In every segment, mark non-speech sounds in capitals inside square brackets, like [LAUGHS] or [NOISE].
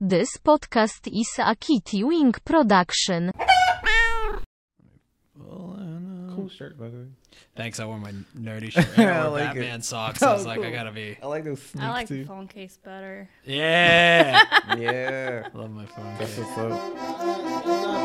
This podcast is a Kitty Wing production. Cool shirt, by the way. Thanks. I wore my nerdy shirt. I wore I like it. Batman socks. Oh, I was like, cool. I gotta be. I like those sneaks I like the too. phone case better. Yeah. yeah, Love my phone. that's what's up.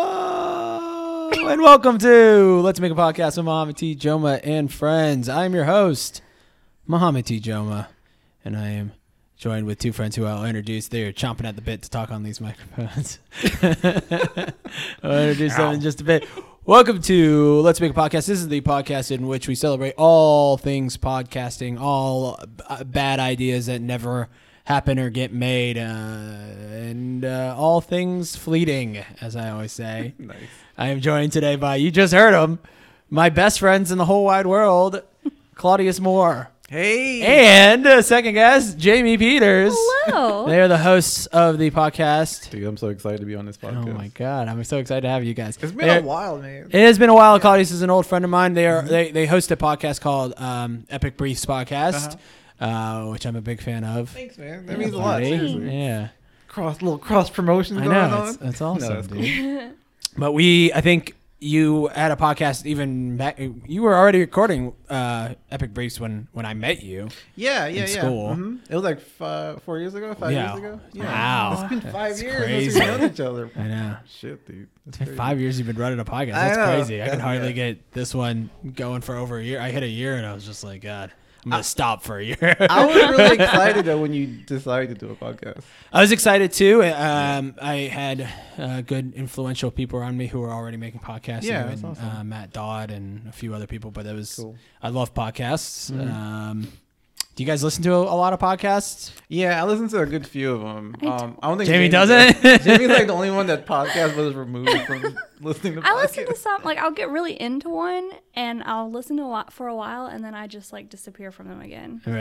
Hello and welcome to Let's Make a Podcast with Mohammed T. Joma and friends. I am your host, Mohammed T. Joma, and I am joined with two friends who I'll introduce. They are chomping at the bit to talk on these microphones. I'll introduce them in just a bit. Welcome to Let's Make a Podcast. This is the podcast in which we celebrate all things podcasting, all uh, bad ideas that never happen or get made, uh, and uh, all things fleeting, as I always say. [LAUGHS] Nice. I am joined today by you just heard him, my best friends in the whole wide world, Claudius Moore, Hey, and uh, second guest Jamie Peters. [LAUGHS] Hello. They are the hosts of the podcast. dude, I'm so excited to be on this Oh podcast. my god, I'm so excited to have you guys. It's been They're- a while, man. It has been a while. Claudius is an old friend of mine. They Mm-hmm. are they, they host a podcast called um, Epic Briefs Podcast, uh which I'm a big fan of. Thanks, man. Uh-huh. That means a lot. Buddy. Seriously. Yeah. Cross little cross promotions I going know. on. It's, uh, it's awesome, that's cool. dude. [LAUGHS] but we, I think you had a podcast even back, you were already recording uh, Epic Briefs when, when I met you. Yeah, yeah, in yeah. school. Mhm. It was like five, four years ago, five Yeah. years ago. Wow. it's been five That's years crazy. since we've known [LAUGHS] each other. I know. Shit, dude. [LAUGHS] It's That's been crazy. Five years you've been running a podcast. I That's know. crazy. I could Yeah. hardly get this one going for over a year. I hit a year and I was just like, God, I'm going to stop for a year. [LAUGHS] I was really excited though when you decided to do a podcast. I was excited too. Um, I had uh, good influential people around me who were already making podcasts. Yeah, you that's and, awesome. uh, Matt Dodd and a few other people. But that was Cool. Mm-hmm. I love podcasts. Um, do you guys listen to a, a lot of podcasts? Yeah, I listened to a good few of them. Um, I don't think Jamie doesn't? Jamie's like the only [LAUGHS] one that podcast was removed from listening to. [LAUGHS] I listen to podcasts. some like I'll get really into one and I'll listen to a lot for a while and then I just like disappear from them again. Really,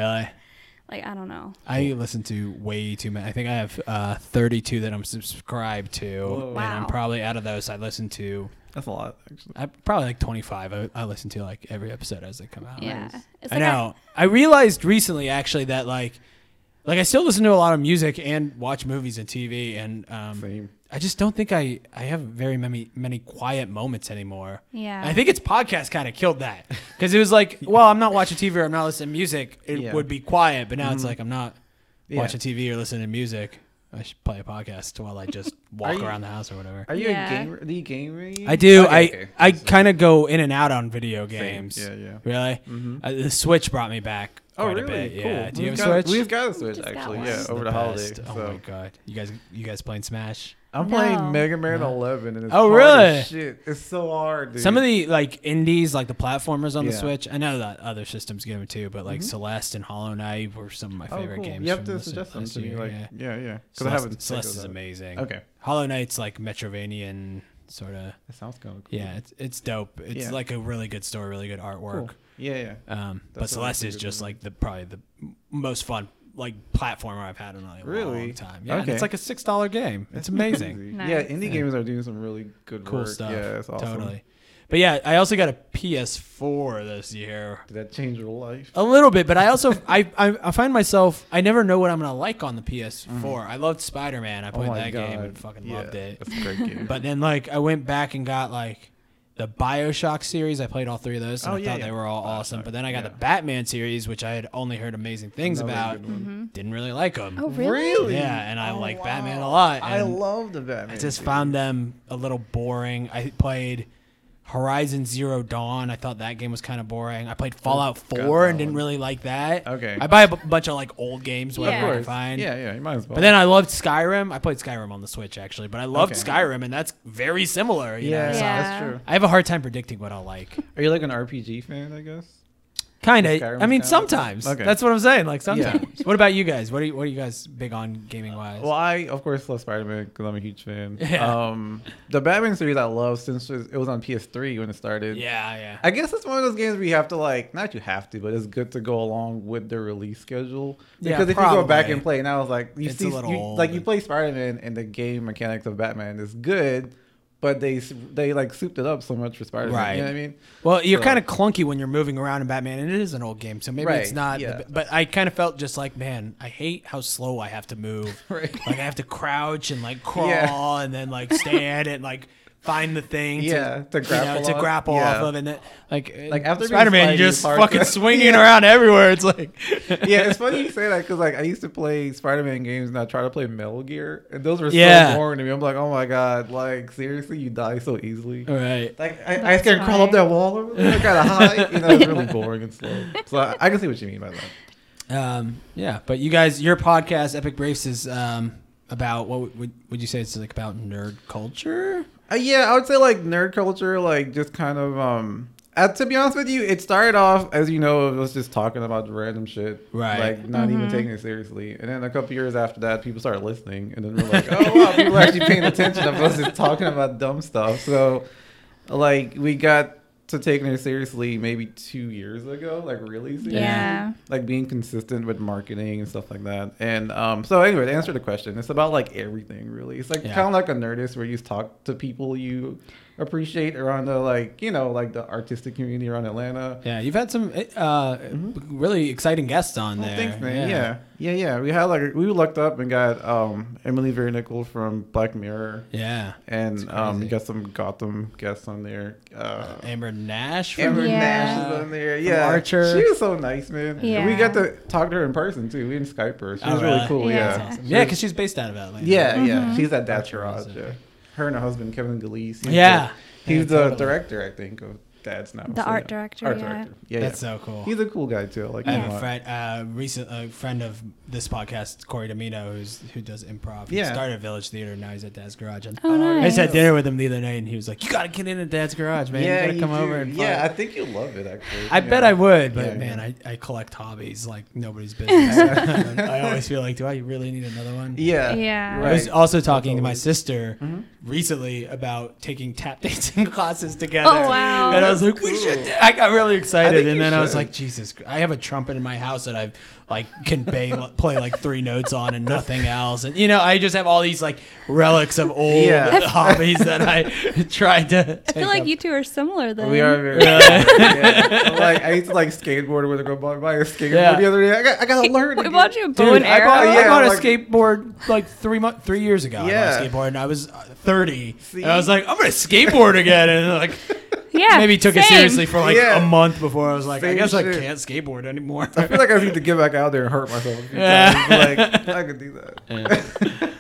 Like I don't know. I listen to way too many. I think I have uh, 32 that I'm subscribed to, and I'm Wow. probably out of those. I listen to That's a lot, actually. I probably like 25. I, I listen to like every episode as they come out. Yeah. It's I like I- know. I, realized recently actually that like like I still listen to a lot of music and watch movies and TV and um Same. I just don't think I I have very many many quiet moments anymore. Yeah. I think it's podcast kind of killed that cuz it was [LAUGHS] like, well, I'm not watching TV or I'm not listening to music. It Yeah. Mm-hmm. would be quiet, but now it's like I'm not Yeah. watching TV or listening to music. I should play a podcast while I [LAUGHS] just walk you- around the house or whatever. Are you Yeah. a gamer? Do you game? I do. Okay, I okay. I kind of go in and out on video games. Yeah, yeah. Mm-hmm. Really? Uh, the Switch brought me back. Oh quite really? A bit. Cool. Yeah. Do you We've have a got- Switch? We've got a Switch Just got actually. one. Yeah, It's over the, holidays. best. So. Oh my god. You guys, you guys playing Smash? I'm No. playing Mega Man 11 and it's Oh, hard as really? Shit, it's so hard. Dude. Some of the like indies, like the platformers on the Yeah. Switch. I know that other systems get them too, but like Celeste and Hollow Knight were some of my Mm-hmm. oh, favorite cool. games. You have from to this- suggest them this to me, year, like yeah. yeah, yeah. Because I haven't. Celeste, checked Celeste those is out. amazing. Okay, Hollow Knight's like Metrovanian sort of. that sounds kind of cool. Yeah, it's it's dope. It's Yeah. like a really good story, really good artwork. Cool. Yeah, yeah. Um, but That's what I Celeste is figured just when I- like the probably the m- most fun like platformer I've had in a Really? long time. Yeah, and Okay. it's like a six dollar game. It's [LAUGHS] That's amazing, [LAUGHS] crazy. Nice. Yeah, indie gamers are doing some really good cool work. stuff. Yeah, that's awesome. Totally. But yeah, I also got a PS4 this year. Did that change your life? A little bit, but I also [LAUGHS] I, I I find myself I never know what I'm gonna like on the PS4. Mm-hmm. I loved Spider Man. I played that game and Oh fucking Oh Yeah, loved it. That's a great game. [LAUGHS] But then like I went back and got like the BioShock series. I played all three of those and Oh, I yeah, thought yeah. they were all awesome. But then I got yeah. the Batman series, which I had only heard amazing things Another about. good one. Oh, Didn't really like them. Mm-hmm. Oh really? Yeah, and I like Batman a lot. I and love the Batman. I just dude. found them a little boring. I played Horizon Zero Dawn. I thought that game was kind of boring. I played Fallout got 4 that and didn't one. really like that. Okay. I buy a b- bunch of like old games, whatever Yeah. I Of can course. find. Yeah, yeah. You might as well. But then I loved Skyrim. I played Skyrim on the Switch actually, but I loved Okay. Skyrim, and that's very similar. You yeah, know? so Yeah. that's true. [LAUGHS] I have a hard time predicting what I'll like. Are you like an RPG fan? I guess. Kind of. Skyrim I mean, kind of- sometimes. Okay. That's what I'm saying. Like sometimes. [LAUGHS] what about you guys? What are you, what are you guys big on gaming wise? Well, I of course love Spider Man because I'm a huge fan. [LAUGHS] Yeah. Um, the Batman series I love since it was on PS3 when it started. yeah, yeah. I guess it's one of those games where you have to like not you have to, but it's good to go along with the release schedule. Yeah, Because if you go back probably. and play, and I was like, you It's a see, little you- old like you and- play Spider Man and the game mechanics of Batman is good, but they s- they like souped it up so much for Spider Man. Right. You know what I mean? Well, you're So- kind of clunky when you're moving around in Batman, and it is an old game, so maybe it's Right, not. yeah. The, but I kind of felt just like, man, I hate how slow I have to move. [LAUGHS] Right. Like I have to crouch and like crawl Yeah. and then like stand and like find the thing. to, Yeah, to grapple you know, to off. grapple Yeah. off of, and then like uh, Like, after being Spider-Man, slightly you're just hard [LAUGHS] fucking to- swinging Yeah. around everywhere. It's like [LAUGHS] yeah, it's funny you say that because like I used to play Spider-Man games and I try to play Metal Gear, and those were Yeah. so boring to me. I'm like, oh my god, like seriously, you die so easily. All right. Like I, I can crawl up that wall, over there, I gotta hide. You know, it's really boring and slow. So I, I can see what you mean by that. Um, yeah, but you guys, your podcast, Epic Braves, is um, about what would, would you say it's like about nerd culture? Uh, yeah, I would say like nerd culture, like just kind of um. Uh, to be honest with you, it started off as you know, it was just talking about random shit, Right. Like not even taking it seriously. And then a couple years after that, people started listening, and then we're like, oh wow, people are actually paying attention to us just talking about dumb stuff. So, like, we got to taking it seriously maybe two years ago, like really seriously. Yeah. like being consistent with marketing and stuff like that. And um, so anyway, to answer the question, it's about like everything really. It's like Yeah. kind of like a nerdist where you just talk to people you appreciate around the like you know like the artistic community around Atlanta. Yeah, you've had some uh, really exciting guests on Well, there. Mm-hmm. Oh, thanks, man. Yeah. yeah, yeah, We had like we looked up and got um, Emily Vernickle from Black Mirror. yeah, And um, crazy. got some Gotham guests on there. Uh, Amber Nash. From, Amber Yeah. Nash is on there. Yeah, Archer. She was so nice, man. Yeah. We got to talk to her in person too. We didn't Skype her. She Oh, was really? really cool. Yeah, Yeah. That's awesome. Mm-hmm. yeah, because she's based out of Mm-hmm. Atlanta. Yeah, yeah. She's at that Archer garage. was Yeah. it. Her and her husband Kevin Galise. He's Yeah. the, he's Yeah, the totally. director, I think, of Dad's now. The art director, Art yeah. director. Yeah, that's yeah. so cool. He's a cool guy too. I like I him have a a lot. friend, uh, recent a friend of this podcast, Corey D'Amino, who's who does improv. He Yeah. started at Village Theater. Now he's at Dad's Garage. And Oh, I just had nice. dinner with him the other night, and he was like, "You gotta get in at Dad's Garage, man. you gotta you come over do. and yeah. fuck." I think you'll love it actually. I Yeah. bet I would, but Yeah, man, yeah. I, I collect hobbies like nobody's [LAUGHS] business. [LAUGHS] And I always feel like, do I really need another one? Yeah, Yeah. I Right. Mm-hmm. was also talking to my Totally. sister recently about taking tap [LAUGHS] dancing classes together. Oh, wow. And I was like, we should. do- I got really I excited, think and you then I was should. like, Jesus, Christ, I have a trumpet in my house that I like can bay, [LAUGHS] play like three notes on and nothing else. And you know, I just have all these like relics of old [LAUGHS] Yeah. hobbies that I [LAUGHS] tried to. I feel like you two are similar then. We are very [LAUGHS] yeah. like I used to like skateboard with a girl bought my skateboard Yeah. the other day. I got I [LAUGHS] gotta learn. We again. bought you a bow Dude, and I arrow. bought, I Yeah, bought a like- skateboard like three month, three years ago. I Yeah. bought a skateboard and I was uh, thirty. See? And I was like, I'm gonna skateboard again, and like [LAUGHS] yeah. maybe took same. it seriously [LAUGHS] [LAUGHS] for like Yeah. a month before I was like, I Same guess I shit. can't skateboard anymore. I feel like I need to get back out there and hurt myself. A few Yeah. times. Like I could do [LAUGHS] that.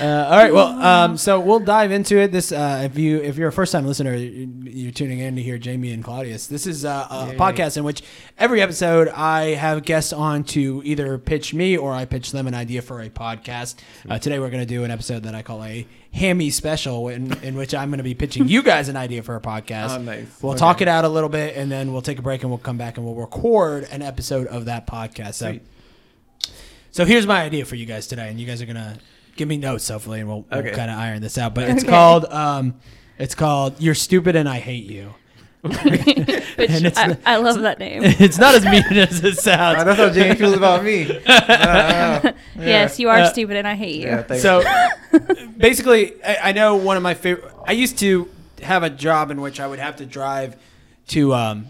Uh, all right, well, um, so we'll dive into it. This, uh, if you if you're a first time listener, you- you're tuning in to hear Jamie and Claudius. This is uh, a podcast in which every episode I have guests on to either pitch me or I pitch them an idea for a podcast. Uh, today we're going to do an episode that I call a hammy special, in, in which I'm going to be pitching you guys an idea for a podcast. Oh, nice. We'll Okay. talk it out a little bit, and then we'll take a break and we'll come back and we'll record an episode of that podcast. So. Sweet. So here's my idea for you guys today, and you guys are gonna give me notes hopefully, and we'll, Okay. we'll kind of iron this out. But it's Okay. called um, it's called "You're Stupid and I Hate You." [LAUGHS] Which And it's I, I love [LAUGHS] that name. It's not as mean as it Ah, sounds. that's how Jamie feels about [LAUGHS] me. Uh, Ah, yeah. Yes, you are Uh, stupid and I hate you. Yeah, thanks. So [LAUGHS] basically, I, I know one of my favorite. I used to have a job in which I would have to drive to um,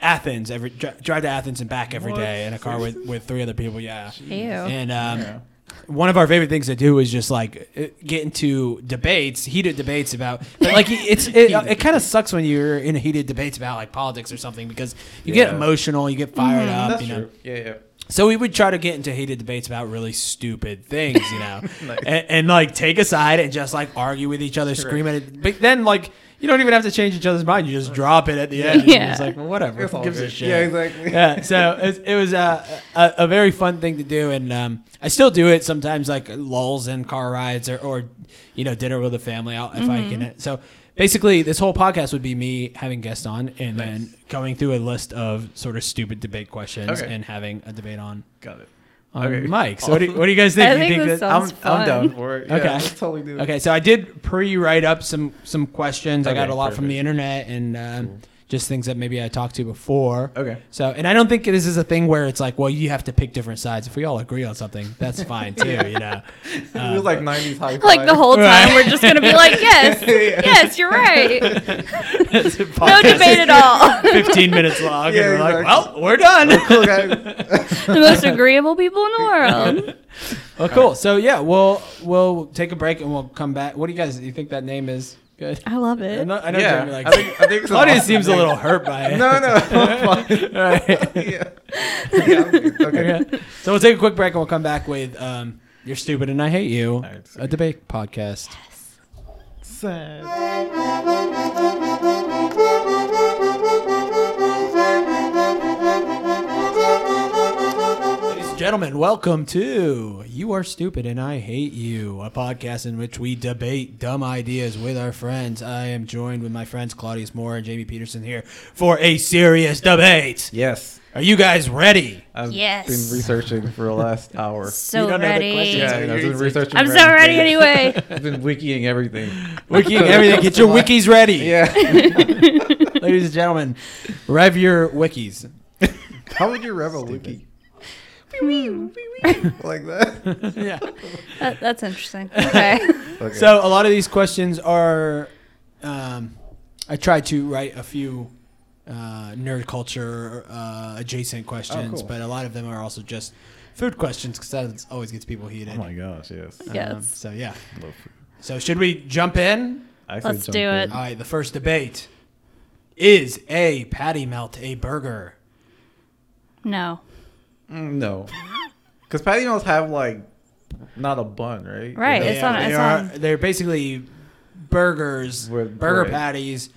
Athens every dri- drive to Athens and back every day What? in a car with, with three other people. Yeah, Ew. and um, Yeah. one of our favorite things to do is just like uh, get into debates, heated debates about but, like it's it, it kind of sucks when you're in heated debates about like politics or something because you get Yeah. emotional, you get fired up, That's you know. true. Yeah, yeah. So we would try to get into heated debates about really stupid things, you [LAUGHS] know, Nice. and, and like take a side and just like argue with each other, scream at it. But then like you don't even have to change each other's mind; you just drop it at the end. Yeah. Yeah, it's like well, whatever, It's all gives a good. shit. Yeah, exactly. Yeah, so it, it was a, a a very fun thing to do, and um, I still do it Mm-hmm. sometimes, like lulls in car rides or, or you know dinner with the family I'll, if I can. So. basically this whole podcast would be me having guests on and then going through a list of sort of stupid debate questions Okay. and having a debate on Got it. on Okay. Mike. So what, do you, what do you guys think? I You think this that- I'm, Sounds I'm fun. down for it. Yeah, Okay. let's totally do it. okay, so I did pre-write up some some questions. I got Okay, a lot from the perfect. internet and um, just things that maybe I talked to before. Okay. So, and I don't think this is a thing where it's like, well, you have to pick different sides. If we all agree on something, that's fine [LAUGHS] too, you know. it was like 90s high five. Like the whole time, we're just gonna be like, yes, [LAUGHS] [LAUGHS] Yeah. yes, you're right. No no [LAUGHS] debate [LAUGHS] at all. 15 minutes long. Yeah, and we're like, well, exactly. we're done. [LAUGHS] Cool, guys. the most agreeable people in the world. well, cool. So, yeah, we'll we'll take a break and we'll come back. What do you guys you think that name is [LAUGHS] good? I love I it. know, I know Yeah, Jeremy likes I think, I think it's an Claudia awesome seems a name. little hurt by it. [LAUGHS] [LAUGHS] No, no. Fine. All right. [LAUGHS] yeah. Yeah, I'm good. Okay. [LAUGHS] Okay. So, we'll take a quick break and we'll come back with um, You're Stupid and I Hate You, right, a debate podcast. Sad. Ladies and gentlemen, welcome to You Are Stupid and I Hate You, a podcast in which we debate dumb ideas with our friends. I am joined with my friends Claudius Moore and JB Peterson here for a serious debate. Yes. Are you guys ready? I've Yes. been researching for the last hour. You So don't know the questions. ready. Yeah, so I've you're- been researching. I'm so random ready things. anyway. I've been wikiing everything. Wiki everything. Get your wikis ready. Yeah. [LAUGHS] Ladies and gentlemen, rev your wikis. How would you rev a wiki? like that? [LAUGHS] yeah. That- that's interesting. Okay. Um, [LAUGHS] Okay. So a lot of these questions are, um, I tried to write a few uh, nerd culture uh, adjacent questions, Oh, cool. but a lot of them are also just food questions because that always gets people heated. oh my gosh, yes. Yeah. Yes. so yeah. Love food. So should we jump in? I said Let's do jump in. it. All right. The first debate is a patty melt a burger. No. Mm, no. [LAUGHS] Because patty melts have like not a bun, right? Right, Is it's that- on- they it's are, on- They're basically burgers, With burger bread. patties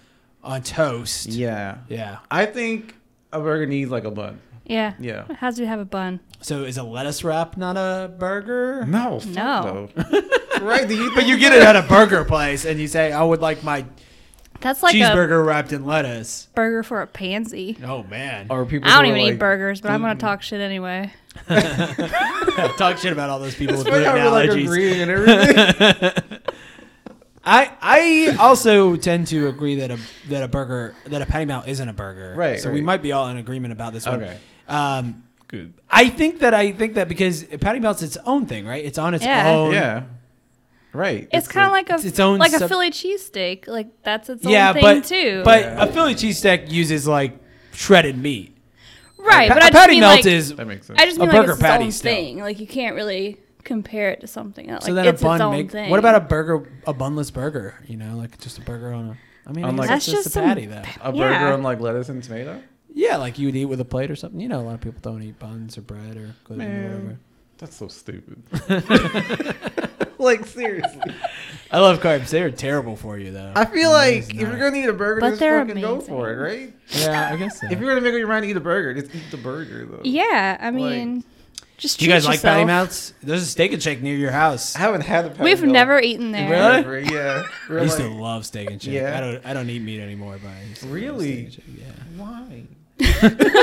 on toast. Yeah. Yeah. I think a burger needs like a bun. Yeah. Yeah. How do you have a bun? So is a lettuce wrap not a burger? No. fuck No. no. [LAUGHS] right? Do you? But you get it at a burger place and you say, I would like my That's like a cheeseburger wrapped in lettuce. burger for a pansy. Oh, man. Or people. I don't who are, even like, eat burgers, but I'm [LAUGHS] gonna talk shit anyway. [LAUGHS] Talk shit about all those people with It's gluten funny how we're like allergies. agreeing [LAUGHS] and everything. I, I also tend to agree that a that a burger that a patty melt isn't a burger. Right, So we right. might be all in agreement about this one. Okay. Um, Good. I think that I think that because patty melt's its own thing, right? It's on its Yeah. own. Yeah. Right. It's kind of like a it's its own like a sub- Philly cheesesteak. Like that's its own Yeah, thing but too. but Yeah. a Philly cheesesteak uses like shredded meat. right, Pa- but a I just patty mean melt like, is That makes sense. I just a mean like burger it's its patty own still. thing. Like you can't really compare it to something else. Like So then it's a bun its own make, thing. What about a burger? A bunless burger? You know, like just a burger on a. I mean, I I'm guess like- that's That's just, just a patty some- though. a yeah. burger on like lettuce and tomato. Yeah, like you would eat with a plate or something. You know, a lot of people don't eat buns or bread or gluten or whatever. That's [LAUGHS] so stupid. [LAUGHS] like seriously, I love carbs. They're terrible for you though. I feel It is like if you're not. gonna eat a burger, But just they're fucking go amazing. for it, right? yeah, I [LAUGHS] guess so. If you're gonna make up your mind to eat a burger, just eat the burger though. Yeah, I Like- mean, just Do you guys treat like patty yourself. melts? There's a steak and shake near your house. I haven't had a patty We've melt never eaten there. Really? ever, Yeah, [LAUGHS] We're I used like, to love steak and shake. Yeah. I don't. I don't eat meat anymore, but I used to love Really? steak and shake, yeah. why?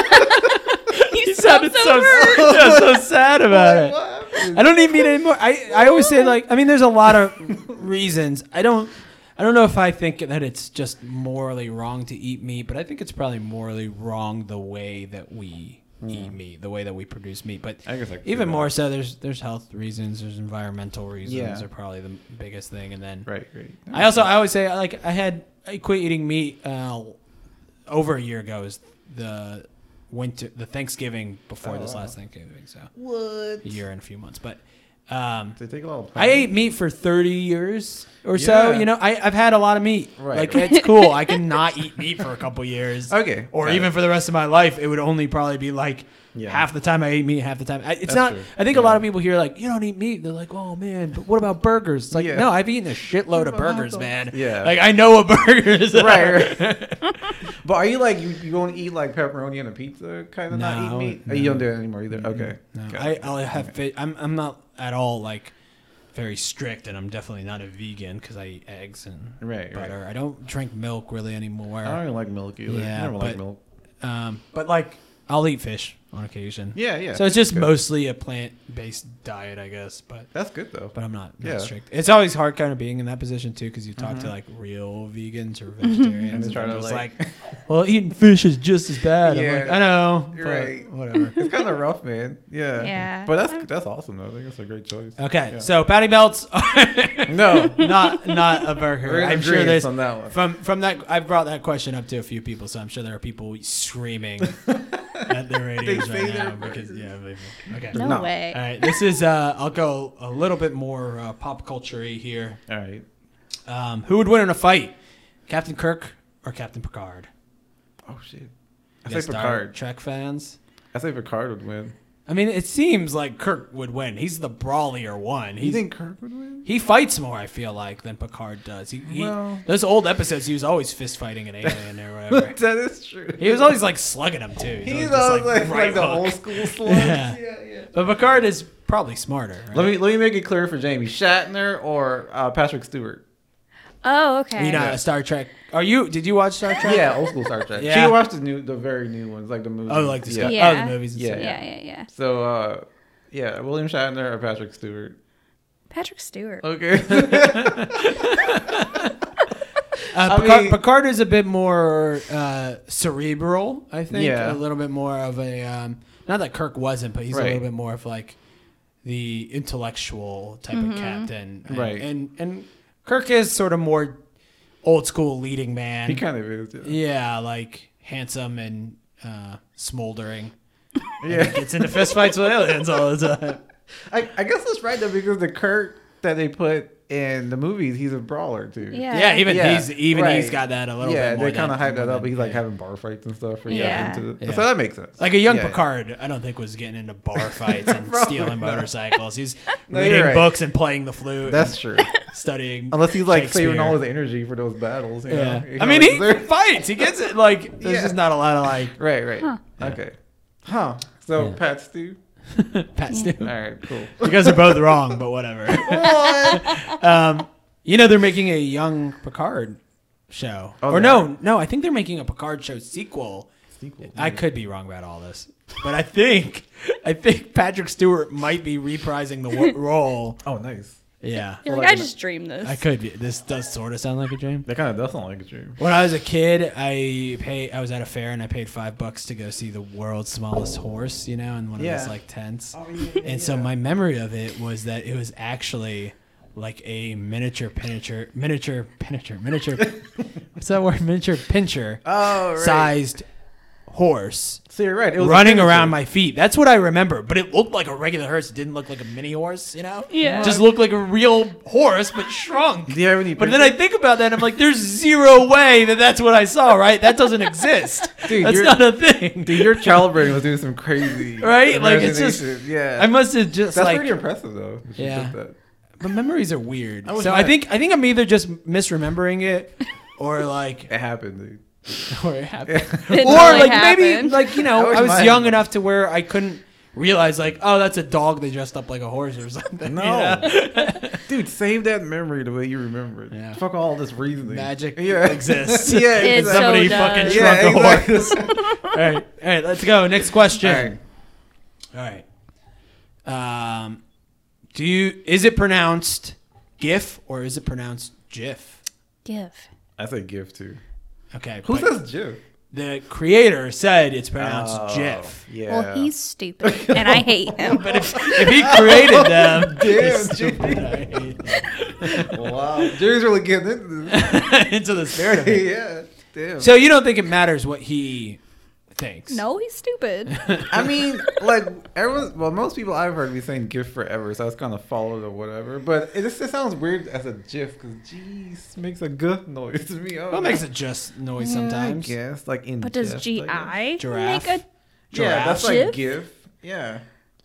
You sound so, [LAUGHS] hurt. so sad about it. What happened? I don't eat meat anymore. I, I always say like I mean there's a lot of reasons. I don't I don't know if I think that it's just morally wrong to eat meat, but I think it's probably morally wrong the way that we eat meat, the way that we produce meat. But Hmm. I guess I could see even that. more so there's there's health reasons, there's environmental reasons Yeah. are probably the biggest thing and then Right, right. I also I always say like I had I quit eating meat uh, over a year ago is the winter the Thanksgiving before Oh, this wow. last Thanksgiving so a What? year and a few months. But um, They take a lot of I time. ate meat for 30 years or so. Yeah. You know, I, I've had a lot of meat. Right, Like, right. [LAUGHS] it's cool. I can not eat meat for a couple years. Okay, Or got even it. for the rest of my life, it would only probably be like Yeah. half the time I ate meat, half the time. I, it's That's not, true. I think a Yeah. lot of people here are like, you don't eat meat. They're like, oh man, but what about burgers? It's like, Yeah. no, I've eaten a shitload of What about burgers, tacos? man. Yeah. Like, I know what [LAUGHS] burgers are. [LAUGHS] Right, But are you like you, you won't eat like pepperoni and a pizza kind of No, not eat meat? Oh, no. You don't do it anymore either. Okay. No, [LAUGHS] Got I, it. I'll have, fa- I'm, I'm not at all like very strict, and I'm definitely not a vegan because I eat eggs and Right, right. butter. I don't drink milk really anymore. I don't even like milk either. Yeah, I never but- like milk. Um, but like I'll eat fish on occasion. Yeah, yeah. So it's just Good. mostly a plant-based diet, I guess. But That's good though. but I'm not, not Yeah. Mm-hmm. strict. It's always hard kind of being in that position too because you talk to like real vegans or vegetarians and, And try they're to, just like- like, well, eating fish is just as bad. Yeah. I'm like, I know, You're but right. Whatever. it's kind of rough, man. Yeah. Yeah. But that's that's awesome though. I think that's a great choice. Okay, Yeah. so patty belts are [LAUGHS] [LAUGHS] no, not not a we're burger. in I'm sure agreement there's on that one. from from that I brought that question up to a few people, so I'm sure there are people [LAUGHS] screaming at their radios say right they're now because yeah, they- okay. No, No. way. All right, this is uh, I'll go a little bit more uh, pop culture here. All right. Um, who would win in a fight, Captain Kirk or Captain Picard? Oh shit. You I say guys Star Picard. Trek fans. I say Picard would win. I mean, it seems like Kirk would win. He's the brawlier one. You He's, think Kirk would win? [LAUGHS] he fights more, I feel like, than Picard does. He, he, Well- those old episodes, he was always fist fighting an alien or [LAUGHS] whatever. that is true. He was always like slugging him too. He's, He's always always just, like, like right the hook. old [LAUGHS] school slugs. Yeah. But Picard is probably smarter. Right? Let me let me make it clear for Jamie Shatner or uh, Patrick Stewart. Oh, okay. You know, Star Trek. Are you? Did you watch Star Trek? Yeah, old school Star Trek. Yeah. She watched the new, the very new ones, like the movie. Oh, like the Star- Yeah. oh, the movies. And Yeah. stuff. yeah, yeah, yeah. So, uh, yeah, William Shatner or Patrick Stewart. Patrick Stewart. Okay. Uh, I Picard, mean- Picard is a bit more uh, cerebral, I think. Yeah. A little bit more of a. Um, not that Kirk wasn't, but he's a Right. little bit more of like the intellectual type of captain. And, Right. And and Kirk is sort of more old school leading man. [LAUGHS] he kind of is. Yeah. yeah, like handsome and uh, smoldering. Yeah. Gets into fistfights with aliens all the time. I, I guess that's right though because the Kirk that they put in the movies, he's a brawler too. Yeah. Yeah, even Yeah, he's even right. he's got that a little Yeah, bit. more they kind of hyped that up. He's like having. having bar fights and stuff. For Yeah. Into the, Yeah. So that makes sense. Like a young Yeah. Picard, I don't think was getting into [LAUGHS] bar fights and Probably stealing not. motorcycles. He's [LAUGHS] No, you're reading right. books and playing the flute. That's and true. studying. Unless he's like saving Shakespeare. all his energy for those battles. You Yeah, Know? You I know, mean like, [LAUGHS] he they're- fights. He gets it. Like there's Yeah. just not a lot of [LAUGHS] like Right, right. Okay. Huh. So Pat Stew. Pat All Stew. right, [LAUGHS] cool. You guys are both wrong, but whatever. [LAUGHS] um, you know they're making a young Picard show, Oh, or they no, no, I think they're making a Picard show sequel. Sequel. I could be wrong about all this, but I think [LAUGHS] I think Patrick Stewart might be reprising the wo- role. Oh, nice. Yeah, You're Well, like, I like- just dreamed this. I could. Be. This does sort of sound like a dream. That kind of does sound like a [LAUGHS] dream. When I was a kid, I pay. I was at a fair and I paid five bucks to go see the world's smallest horse. You know, in one of Yeah. Oh, those like tents. yeah, and so my memory of it was that it was actually like a miniature pincher, miniature pincher, miniature. what's that word? Miniature pincher Oh, right. sized horse So you're right. It was a running miniature. around my feet. That's what I remember. But it looked like a regular horse. It didn't look like a mini horse. You know. Yeah. Just looked like a real horse, but shrunk. Do you have any? But then I think about that, and I'm like, there's zero way that that's what I saw, right? That doesn't exist. [LAUGHS] Dude, that's you're- not a thing. Dude, your childbearing was doing some crazy. [LAUGHS] Right? Like, it's just- imagination. Yeah. I must have just That's like, pretty impressive though. if you Yeah. did that. but memories are weird. I was so I mad. think I think I'm either just misremembering it, or like, It happened, dude. [LAUGHS] or it happened, [LAUGHS] It or totally like maybe happened. like you I know, wish I was mine- young enough to where I couldn't realize like, oh, that's a dog they dressed up like a horse or something. No. you know? Dude, save that memory the way you remember it. Yeah. Fuck all this reasoning. magic [LAUGHS] Yeah. exists. Yeah, It exactly. so Somebody does. fucking Yeah, shrunk a exactly. horse. [LAUGHS] all right, all right, let's go. Next question. [LAUGHS] All right. All right. Um, do you is it pronounced GIF or is it pronounced GIF? Give. I say give too. Okay. Who but says Jew? the creator said it's pronounced GIF? Yeah. Well, he's stupid, [LAUGHS] and I hate him. But if, [LAUGHS] if he created them, [LAUGHS] Damn, it's stupid, [LAUGHS] I hate wow. Jew's really getting into [LAUGHS] this. it. into the spirit [LAUGHS] of it. yeah. Damn. So you don't think it matters what he thinks? [LAUGHS] no, he's stupid. I mean, like everyone. Well, most people I've heard be saying GIF forever, so that's kind of followed or whatever. But it just it sounds weird as a GIF because geez makes a good noise to me. Well, it makes a just noise sometimes. Mm, I guess like in. But does GIF, GI I guess. make Giraffe. a Yeah, that's Giraffe. like GIF? GIF. Yeah,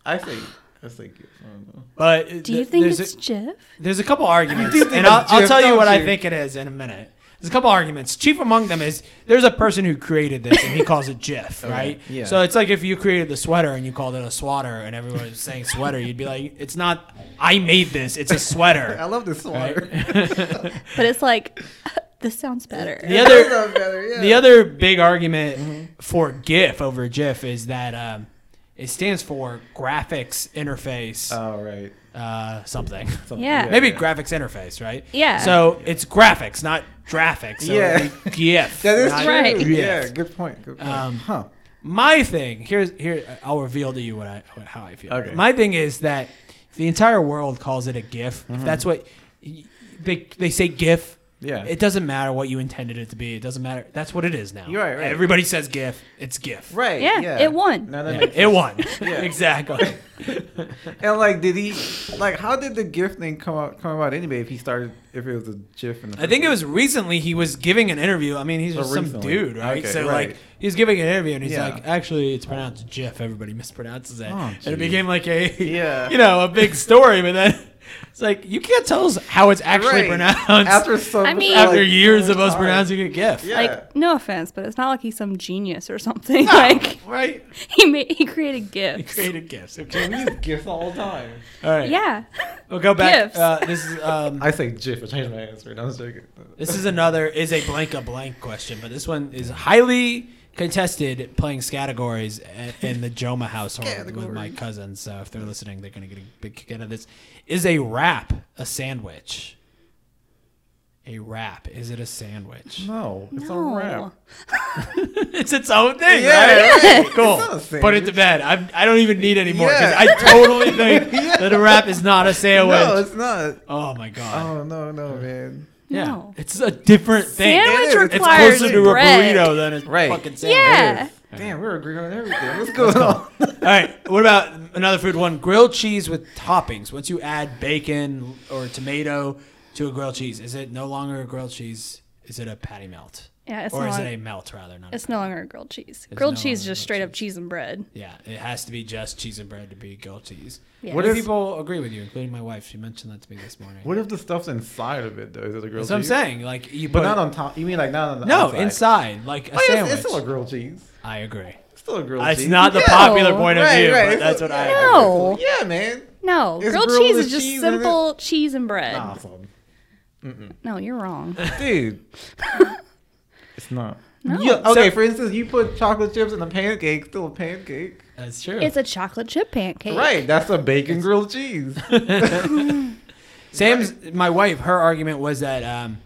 I say I say GIF. I don't know. But Do you think there's it's a, Jiff? there's a couple arguments, You do think and I'll, it's I'll GIF, tell you don't what I you? think it is in a minute. There's a couple arguments. Chief among them is there's a person who created this and he calls it GIF, [LAUGHS] right? yeah. So it's like if you created the sweater and you called it a swatter and everyone was saying sweater, you'd be like, it's not, I made this, it's a I [LAUGHS] sweater. love this sweater. [LAUGHS] But it's like, [LAUGHS] this sounds better. The other, better, yeah. The other big argument for GIF over GIF is that um, it stands for graphics interface Oh right. uh, something. Something- [LAUGHS] Yeah. Maybe graphics interface, right? Yeah. So it's graphics, not graphics. So Yeah. yeah. [LAUGHS] GIF. That is not true. Right. GIF. Yeah. Good point. Good point. Um, huh. My thing here's here. I'll reveal to you what I what, how I feel. Okay. My thing is that if the entire world calls it a GIF. if That's what they they say GIF. Mm-hmm. Yeah. It doesn't matter what you intended it to be. It doesn't matter. That's what it is now. You're right, right. Everybody says GIF. It's GIF. Right. Yeah, it won. No, that Yeah, makes- it won. [LAUGHS] Yeah. [LAUGHS] Exactly. And like, did he? Like, how did the GIF thing come out, come about anyway? If he started, if it was a GIF, in the I think it was first recently he was giving an interview. I mean, he's Oh, just some recently. dude, right? Okay, so right. like he's giving an interview and he's Yeah. like, actually, it's pronounced Jif. Everybody mispronounces it, Oh, and geez. it became like a [LAUGHS] Yeah. you know a big story. But then [LAUGHS] it's like you can't tell us how it's actually Right. pronounced after some I [LAUGHS] [LAUGHS] mean- after like, years of us time. pronouncing it GIF. Yeah. Like, no offense, but it's not like he's some genius or something. [LAUGHS] Like, right. [LAUGHS] he made, he created He gifts. created [LAUGHS] GIFs. Okay. We use GIF all the time. All right. Yeah. [LAUGHS] We'll go back. GIFs. Uh, this is um, I say GIF. I changed my answer. and I was joking. This is another is a blank a blank question, but this one is highly contested playing categories in the Joma household with my Categories. cousins. So if they're listening, they're gonna get a big kick out of this. Is a wrap a sandwich? A wrap is it a sandwich? No, it's No. a wrap. [LAUGHS] it's its own thing, Yeah, right? right. It's not a Cool. sandwich. Put it to bed. I'm, I don't even need any more because Yeah. I [LAUGHS] totally think Yeah. that a wrap is not a sandwich. No, it's not. oh my god. Oh no, no, man. yeah, No. it's a different thing. It Sandwich is. It's It's requires closer to bread. a burrito than it's Right. fucking sandwich. Yeah. Damn, we're agreeing on everything. [LAUGHS] What's going on? [LAUGHS] All right. What about another food one? Grilled cheese with toppings. Once you add bacon or tomato to a grilled cheese, is it no longer a grilled cheese? Is it a patty melt? Yeah, it's or no is it longer- a melt rather? Not a It's no longer a grilled cheese. grilled no cheese is longer just straight up cheese and bread. yeah, it has to be just cheese and bread to be grilled cheese. Yeah. What What do is- people agree with you, including my wife? She mentioned that to me this morning. What if the stuff's inside of it though? Is it a grilled That's what I'm cheese? saying. Like you put But not on top. You mean like not on the no outside? inside, like a Oh, yeah, it's- sandwich. It's still a grilled cheese. I agree. It's still a grilled It's cheese. not the Yeah. popular point of Right, view, right. but It's- that's what I. No. Oh. Yeah, man. No, It's grilled grilled cheese with is just cheese in it. simple cheese and bread. Awesome. No, you're wrong. Dude. [LAUGHS] it's not. No. Yeah, okay, for instance, you put chocolate chips in a pancake, still a pancake. That's true. It's a chocolate chip pancake. Right, that's a bacon grilled cheese. Sam's my wife. Her argument was that um,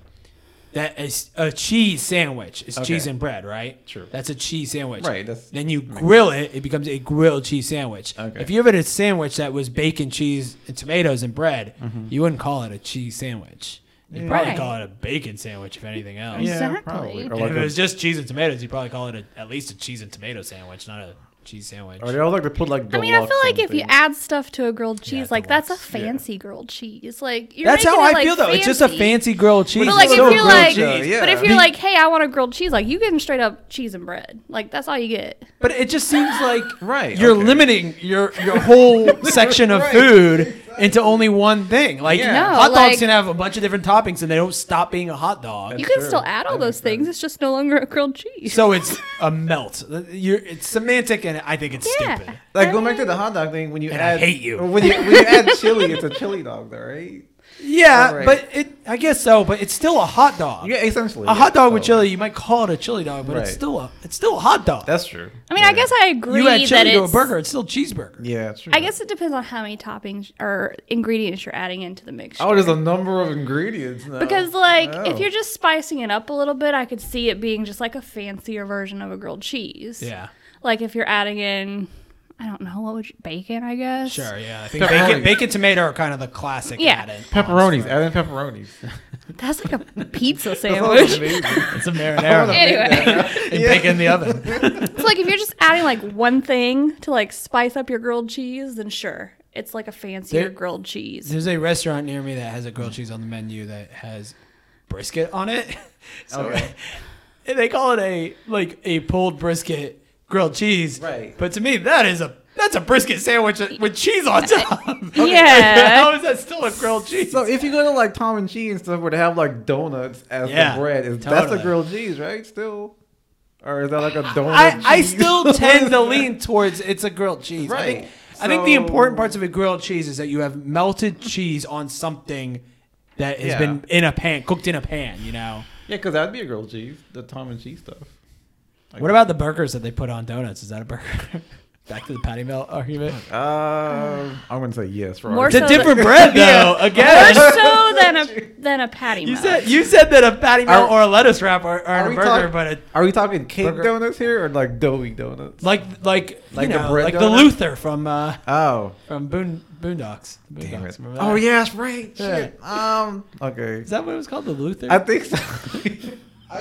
that is a cheese sandwich is cheese and bread, right? True. That's a cheese sandwich. Right, that's- then you grill it; it becomes a grilled cheese sandwich. Okay. If you had a sandwich that was bacon, cheese, and tomatoes and bread, Mm-hmm. you wouldn't call it a cheese sandwich. You'd probably Right. call it a bacon sandwich, if anything else. Yeah, [LAUGHS] Exactly. probably. Or And like if a- it was just cheese and tomatoes, you'd probably call it a, at least a cheese and tomato sandwich, not a cheese sandwich. Or they all like to put like. I mean, I feel deluxe like on if you things. add stuff to a grilled cheese, like that's a deluxe, fancy grilled cheese. Like you're That's how making I it, like, feel though. It's just a fancy grilled cheese. But like It's if still you're grilled like, cheese, yeah. but if Be- you're like, hey, I want a grilled cheese, like you getting straight up cheese and bread. Like that's all you get. But it just seems [LAUGHS] like Right, you're okay. limiting your your [LAUGHS] whole section of Right, food into only one thing. Like Yeah. No, hot dogs like- can have a bunch of different toppings and they don't stop being a hot dog. That's You can true. still add all That those makes sense. things. It's just no longer a grilled cheese. So it's a melt. You're, it's semantic and I think it's Yeah. stupid. Like going back to the hot dog thing, when you And I add, hate you. When you when you [LAUGHS] add chili, it's a chili dog, though, right? Yeah, Right. but it I guess so, but it's still a hot dog. Yeah, essentially. A hot dog with so- chili, you might call it a chili dog, but it's Right. still a it's still a hot dog. That's true. I mean, I guess I agree you add that chili to a it's. burger, it's still cheeseburger. Yeah, true. I guess it depends on how many toppings or ingredients you're adding into the mixture. Oh, there's a number of ingredients now. Because like Oh. if you're just spicing it up a little bit, I could see it being just like a fancier version of a grilled cheese. Yeah. Like if you're adding in, I don't know, what would you bacon? I guess. Sure, yeah. I think Pepperoni. bacon, bacon tomato are kind of the classic Yeah. add-in. pepperonis, add in pepperonis. That's like [LAUGHS] a [LAUGHS] pizza Oh, [LAUGHS] it's sandwich. amazing. It's a marinara. [LAUGHS] anyway, and bacon in the oven. so like if you're just adding like one thing to like spice up your grilled cheese, then sure, it's like a fancier There- grilled cheese. [LAUGHS] There's a restaurant near me that has a grilled cheese on the menu that has brisket on it. [LAUGHS] So [LAUGHS] Okay. and they call it a like a pulled brisket grilled cheese. Right. But to me, that is a That's a brisket sandwich with cheese on top. [LAUGHS] Yeah. How is that still a grilled cheese? So if you go to like Tom and Cheese and stuff where they have like donuts as Yeah, the bread, is that's totally. the grilled cheese, right? Still, or is that like a donut? [LAUGHS] I, I cheese? still tend to lean towards it's a grilled cheese. I think, Right. I think the So- important parts of a grilled cheese is that you have melted cheese on something that has Yeah. been in a pan, cooked in a pan, you know. [LAUGHS] yeah, because that'd be a grilled cheese, the Tom and Cheese stuff. What about the burgers that they put on donuts? Is that a burger? [LAUGHS] Back to the patty melt [LAUGHS] argument. Uh, Um, I'm gonna say yes for More our- It's a So different [LAUGHS] bread though. Again, [LAUGHS] More so than a than a patty you melt. said you said that a patty melt Are- or a lettuce wrap are, are, Are a we burger, talking- but a, Are we talking cake Burger. donuts here or like doughy donuts? like like like Like you the know, bread like the donut? Luther from uh, Oh, from Boon Boondocks. The damn Boondocks it! remember Oh that? yeah, that's right. Yeah. Shit. Um, okay. Is that what it was called? The Luther? I think so. I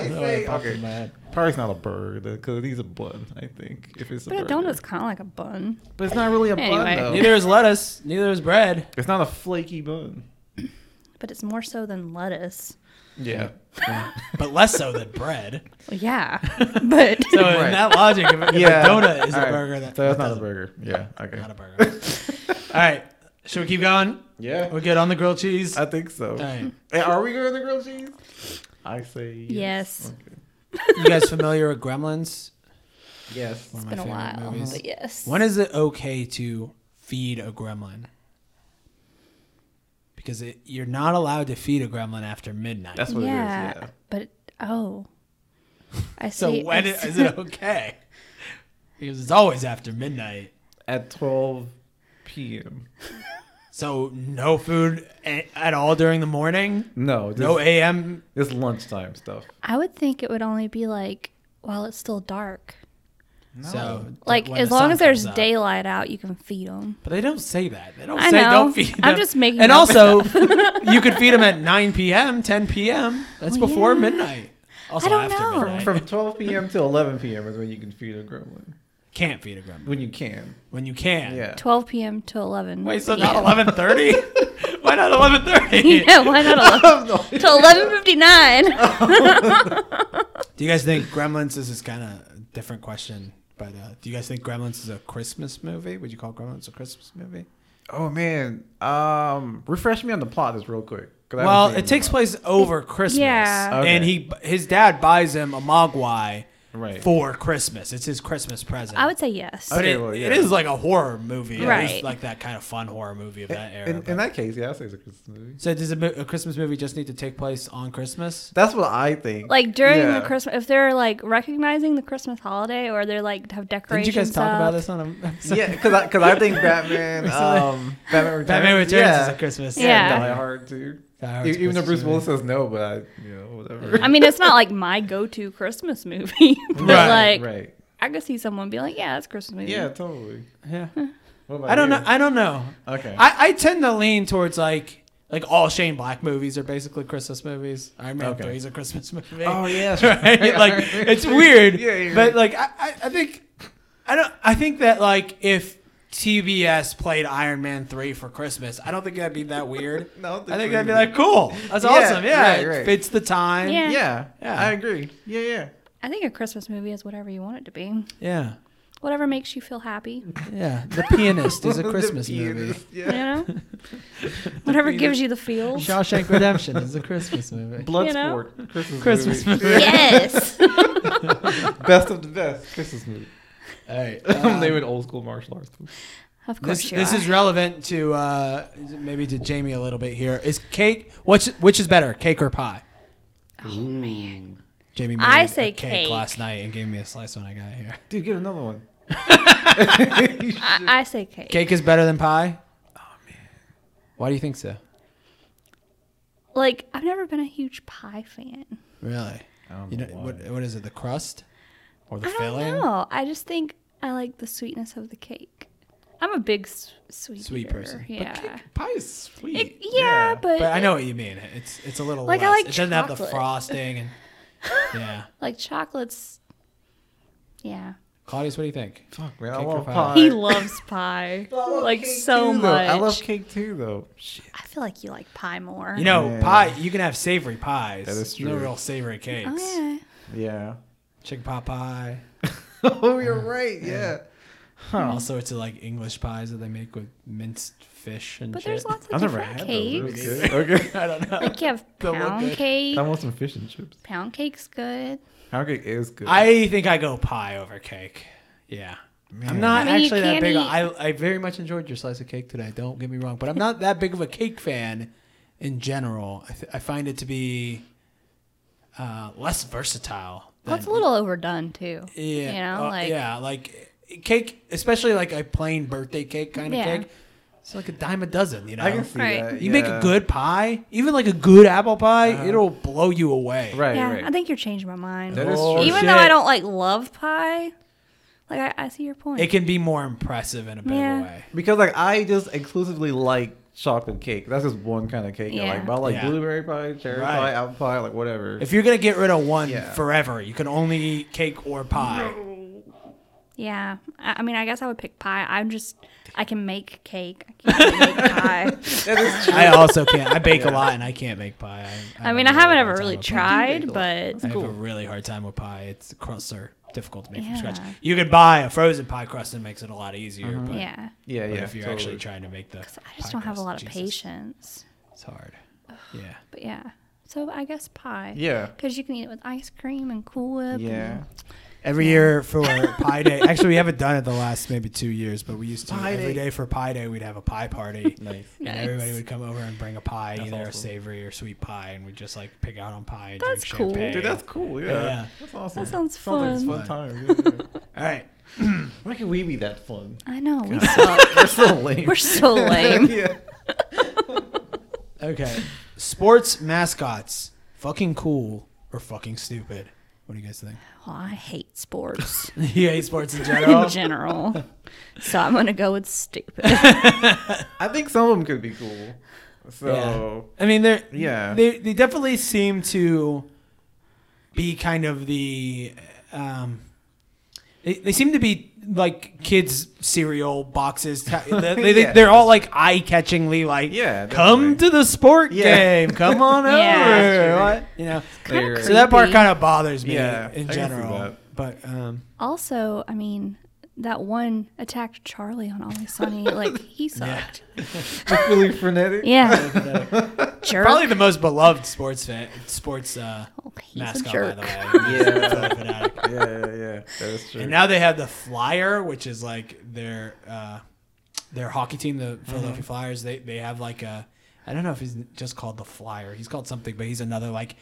[LAUGHS] don't know why it say popped in my okay. head. Probably not a bird because he's a bun. I think if it's a But a burger. donut's kind of like a bun. but it's not really a Anyway. bun though. Neither is lettuce. Neither is bread. It's not a flaky bun. But it's more so than lettuce. Yeah. but less so than bread. Well, yeah, but [LAUGHS] So in Right. that logic, if, if Yeah. a donut is a Alright. burger, that, So that's that not a doesn't- burger. Yeah. Okay. Not a burger. All right. Should we keep going? Yeah. We're good on the grilled cheese. I think so. All right. Hey, Are we going to grilled cheese? I say yes, You guys familiar with Gremlins? Okay. Yes. One of it's been a my favorite while. movies. But yes, When is it okay to feed a gremlin? Because it, you're not allowed to feed a gremlin after midnight. That's what yeah, it is. Yeah. but oh, I so see. when I is, see. is it okay? Because it's always after midnight. At 12 p.m. So no food a- at all during the morning. No, just, No AM. it's lunchtime stuff. I would think it would only be like while it's still dark. So Like when as the sun long as there's comes up. daylight out, you can feed them. Oh. But they don't say that. They don't I say know. don't feed them. I'm just making And up also, [LAUGHS] you could feed them at 9 p.m., 10 p.m. That's Well, before Oh, yeah. midnight. Also don't after know. midnight. From 12 p.m. to 11 p.m. is when you can feed a gremlin. Can't feed a gremlin When you can. when you can. Yeah. 12 p.m. to 11. Wait, so not [LAUGHS] 11:30? Why not 11:30? yeah, why not [LAUGHS] [LAUGHS] 11? to 11:59. Do you guys think Gremlins? This is kind of a different question, but uh, do you guys think Gremlins is a Christmas movie? Would you call Gremlins a Christmas movie? Oh man. Um, refresh me on the plot just real quick. 'cause I haven't Well, seen it takes plot. place over Christmas. Yeah. Okay. And he his dad buys him a Mogwai Right. for Christmas. It's his Christmas present. I would say yes. but Okay, it, well, it yeah. is like a horror movie, at least Right. like that kind of fun horror movie of that era. In, but- in that case, yeah, I say it's a Christmas movie. so does a, mo- a Christmas movie just need to take place on Christmas? That's what I think. Like during Yeah. the Christmas, if they're like recognizing the Christmas holiday or they're like have Didn't decorations. you guys talk up. about this on a episode? Yeah, because I, [LAUGHS] cause I think Batman, um, Batman Returns, Batman Returns yeah. is a Christmas. [LAUGHS] Yeah. Die Hard too. Die Hard's Even though Christmas Bruce movie. Willis says no, but I, you know, whatever. I [LAUGHS] mean, it's not like my go-to Christmas movie, [LAUGHS] but Right, like right. I could see someone be like, "Yeah, that's a Christmas movie." Yeah, totally. Yeah. What about I don't you? know. I don't know. Okay. I, I tend to lean towards like like all Shane Black movies are basically Christmas movies. Iron Man Okay. Three is a Christmas movie. Oh, yeah, that's [LAUGHS] right. right. like [LAUGHS] it's weird. Yeah, you're but right. like I, I, I think I don't. I think that like if TBS played Iron Man Three for Christmas, I don't think that'd be that [LAUGHS] weird. No, I I think, think that'd be we- like cool. That's Yeah, awesome. Yeah, right, it right. fits the time. Yeah. yeah, Yeah. I agree. Yeah, yeah. I think a Christmas movie is whatever you want it to be, yeah, whatever makes you feel happy. yeah. The Pianist [LAUGHS] is a The Christmas pianist, movie. You Yeah. [LAUGHS] know, whatever gives you the feels. Shawshank Redemption is a Christmas movie. [LAUGHS] Bloodsport. You know? Christmas, Christmas movie. Yes. best of the best Christmas movie. All right. [LAUGHS] Um, I'm naming old school martial arts. movies. Of course This, you this are. is relevant to uh, maybe to Jamie a little bit here. Is cake what's which is better, cake or pie? oh man. Jamie made I a say cake. last night and gave me a slice when I got here. Dude, get another one. I, I say cake. Cake is better than pie. Oh man, why do you think so? Like I've never been a huge pie fan. Really? I don't You know know why. what? What is it? The crust or the I don't filling? know. I just think I like the sweetness of the cake. I'm a big s- sweet Sweet eater, person. But Yeah. cake pie is sweet. It- yeah, yeah. but, But I know what you mean. It's it's a little Like, I less. like it doesn't have the chocolate. frosting and yeah. like chocolates. Yeah, Claudius, what do you think? Fuck, man, I Cake or love pie? pie. he loves pie [LAUGHS] I love like cake so too, though. much. I love cake too, though. Shit. I feel like you like pie more. You know, Yeah. pie. You can have savory pies. That is No true. real savory cakes. oh [LAUGHS] yeah. Yeah. Chicken pot pie. oh, you're right. Yeah. all sorts of like English pies that they make with minced fish and But shit. there's lots of I've never different [LAUGHS] had cakes. those. Those are good. [LAUGHS] Okay. I don't know. Like you have Don't look pound good. cake. I want some fish and chips. Pound cake's good. Pound cake is good. I think I go pie over cake. Yeah. I'm not I mean, you actually that can't big. eat- I, I very much enjoyed your slice of cake today. Don't get me wrong, but I'm not that big of a cake fan in general. I, th- I find it to be uh, less versatile. Well, Than, it's a little overdone too. yeah, You know, uh, like yeah, like cake, especially like a plain birthday cake kind of Yeah. cake. It's like a dime a dozen. You know, I can see Right. that. you make yeah. Uh-huh. a good pie, even like a good apple pie, it'll blow you away. Right, yeah, right. I think you're changing my mind. That is Oh, true. Even shit. though I don't like love pie, like I, I see your point. It can be more impressive in a better Yeah. way. Because like I just exclusively like chocolate cake. That's just one kind of cake I Yeah. like. But I like Yeah. blueberry pie, cherry Right. pie, apple pie, like whatever. If you're gonna get rid of one Yeah. forever, you can only eat cake or pie. yeah, I, I mean, I guess I would pick pie. I'm just I can make cake. I can make pie. that is true. I also can't. I bake a lot, and I can't make pie. I, I have mean, a I haven't hard ever time really with pie. tried, but I have a really hard time with pie. It's the crusts are difficult to make from Yeah. scratch. You could buy a frozen pie crust and it makes it a lot easier. But, yeah, [LAUGHS] yeah, but Mm-hmm. yeah. if you're totally. actually trying to make the, I just pie don't have a crust, lot of Jesus, patience. It's hard. Yeah. But yeah, so I guess pie. Yeah. because you can eat it with ice cream and Cool Whip. Yeah. and- Every year for Pie Day, actually, we haven't done it the last maybe two years, but we used to Pie every day Day. for Pie Day. We'd have a pie party, [LAUGHS] Nice. and Nice. everybody would come over and bring a pie, That's either a awesome. savory or sweet pie, and we'd just like pick out on pie and That's drink cool. champagne. Dude, that's cool. Yeah. Yeah. That's awesome. That sounds Like it's fun time. Yeah, [LAUGHS] all yeah. right. [CLEARS THROAT] Why can we be that fun? I know we suck. We're so lame. [LAUGHS] We're so lame. yeah. Okay, sports mascots, fucking cool or fucking stupid. What do you guys think? [LAUGHS] Well, I hate sports you hate sports in general. [LAUGHS] in general, so I'm gonna go with stupid. I think some of them could be cool. So I mean, they're Yeah. They they definitely seem to be kind of the um. They, they seem to be like kids cereal boxes. They, [LAUGHS] they, Yeah. They're all like eye catchingly like, Yeah, come definitely. to the sport Yeah. game. Come [LAUGHS] on Yeah. over. What? You know, they're- [LAUGHS] so that part Creepy. kind of bothers me Yeah, I in can see general. that. But [LAUGHS] um, [LAUGHS] Also, I mean, that one attacked Charlie on Always [LAUGHS] Sunny. Like he sucked. it's really frenetic. Yeah, jerk. probably the most beloved sports fan, sports uh, Oh, he's mascot, a by the way. jerk. [LAUGHS] Yeah. Philly Fanatic. Yeah, yeah, yeah. That is true. And now they have the Flyer, which is like their uh, their hockey team, the Philadelphia Flyers. They they have like a I don't know if he's just called the Flyer. He's called something, but he's another like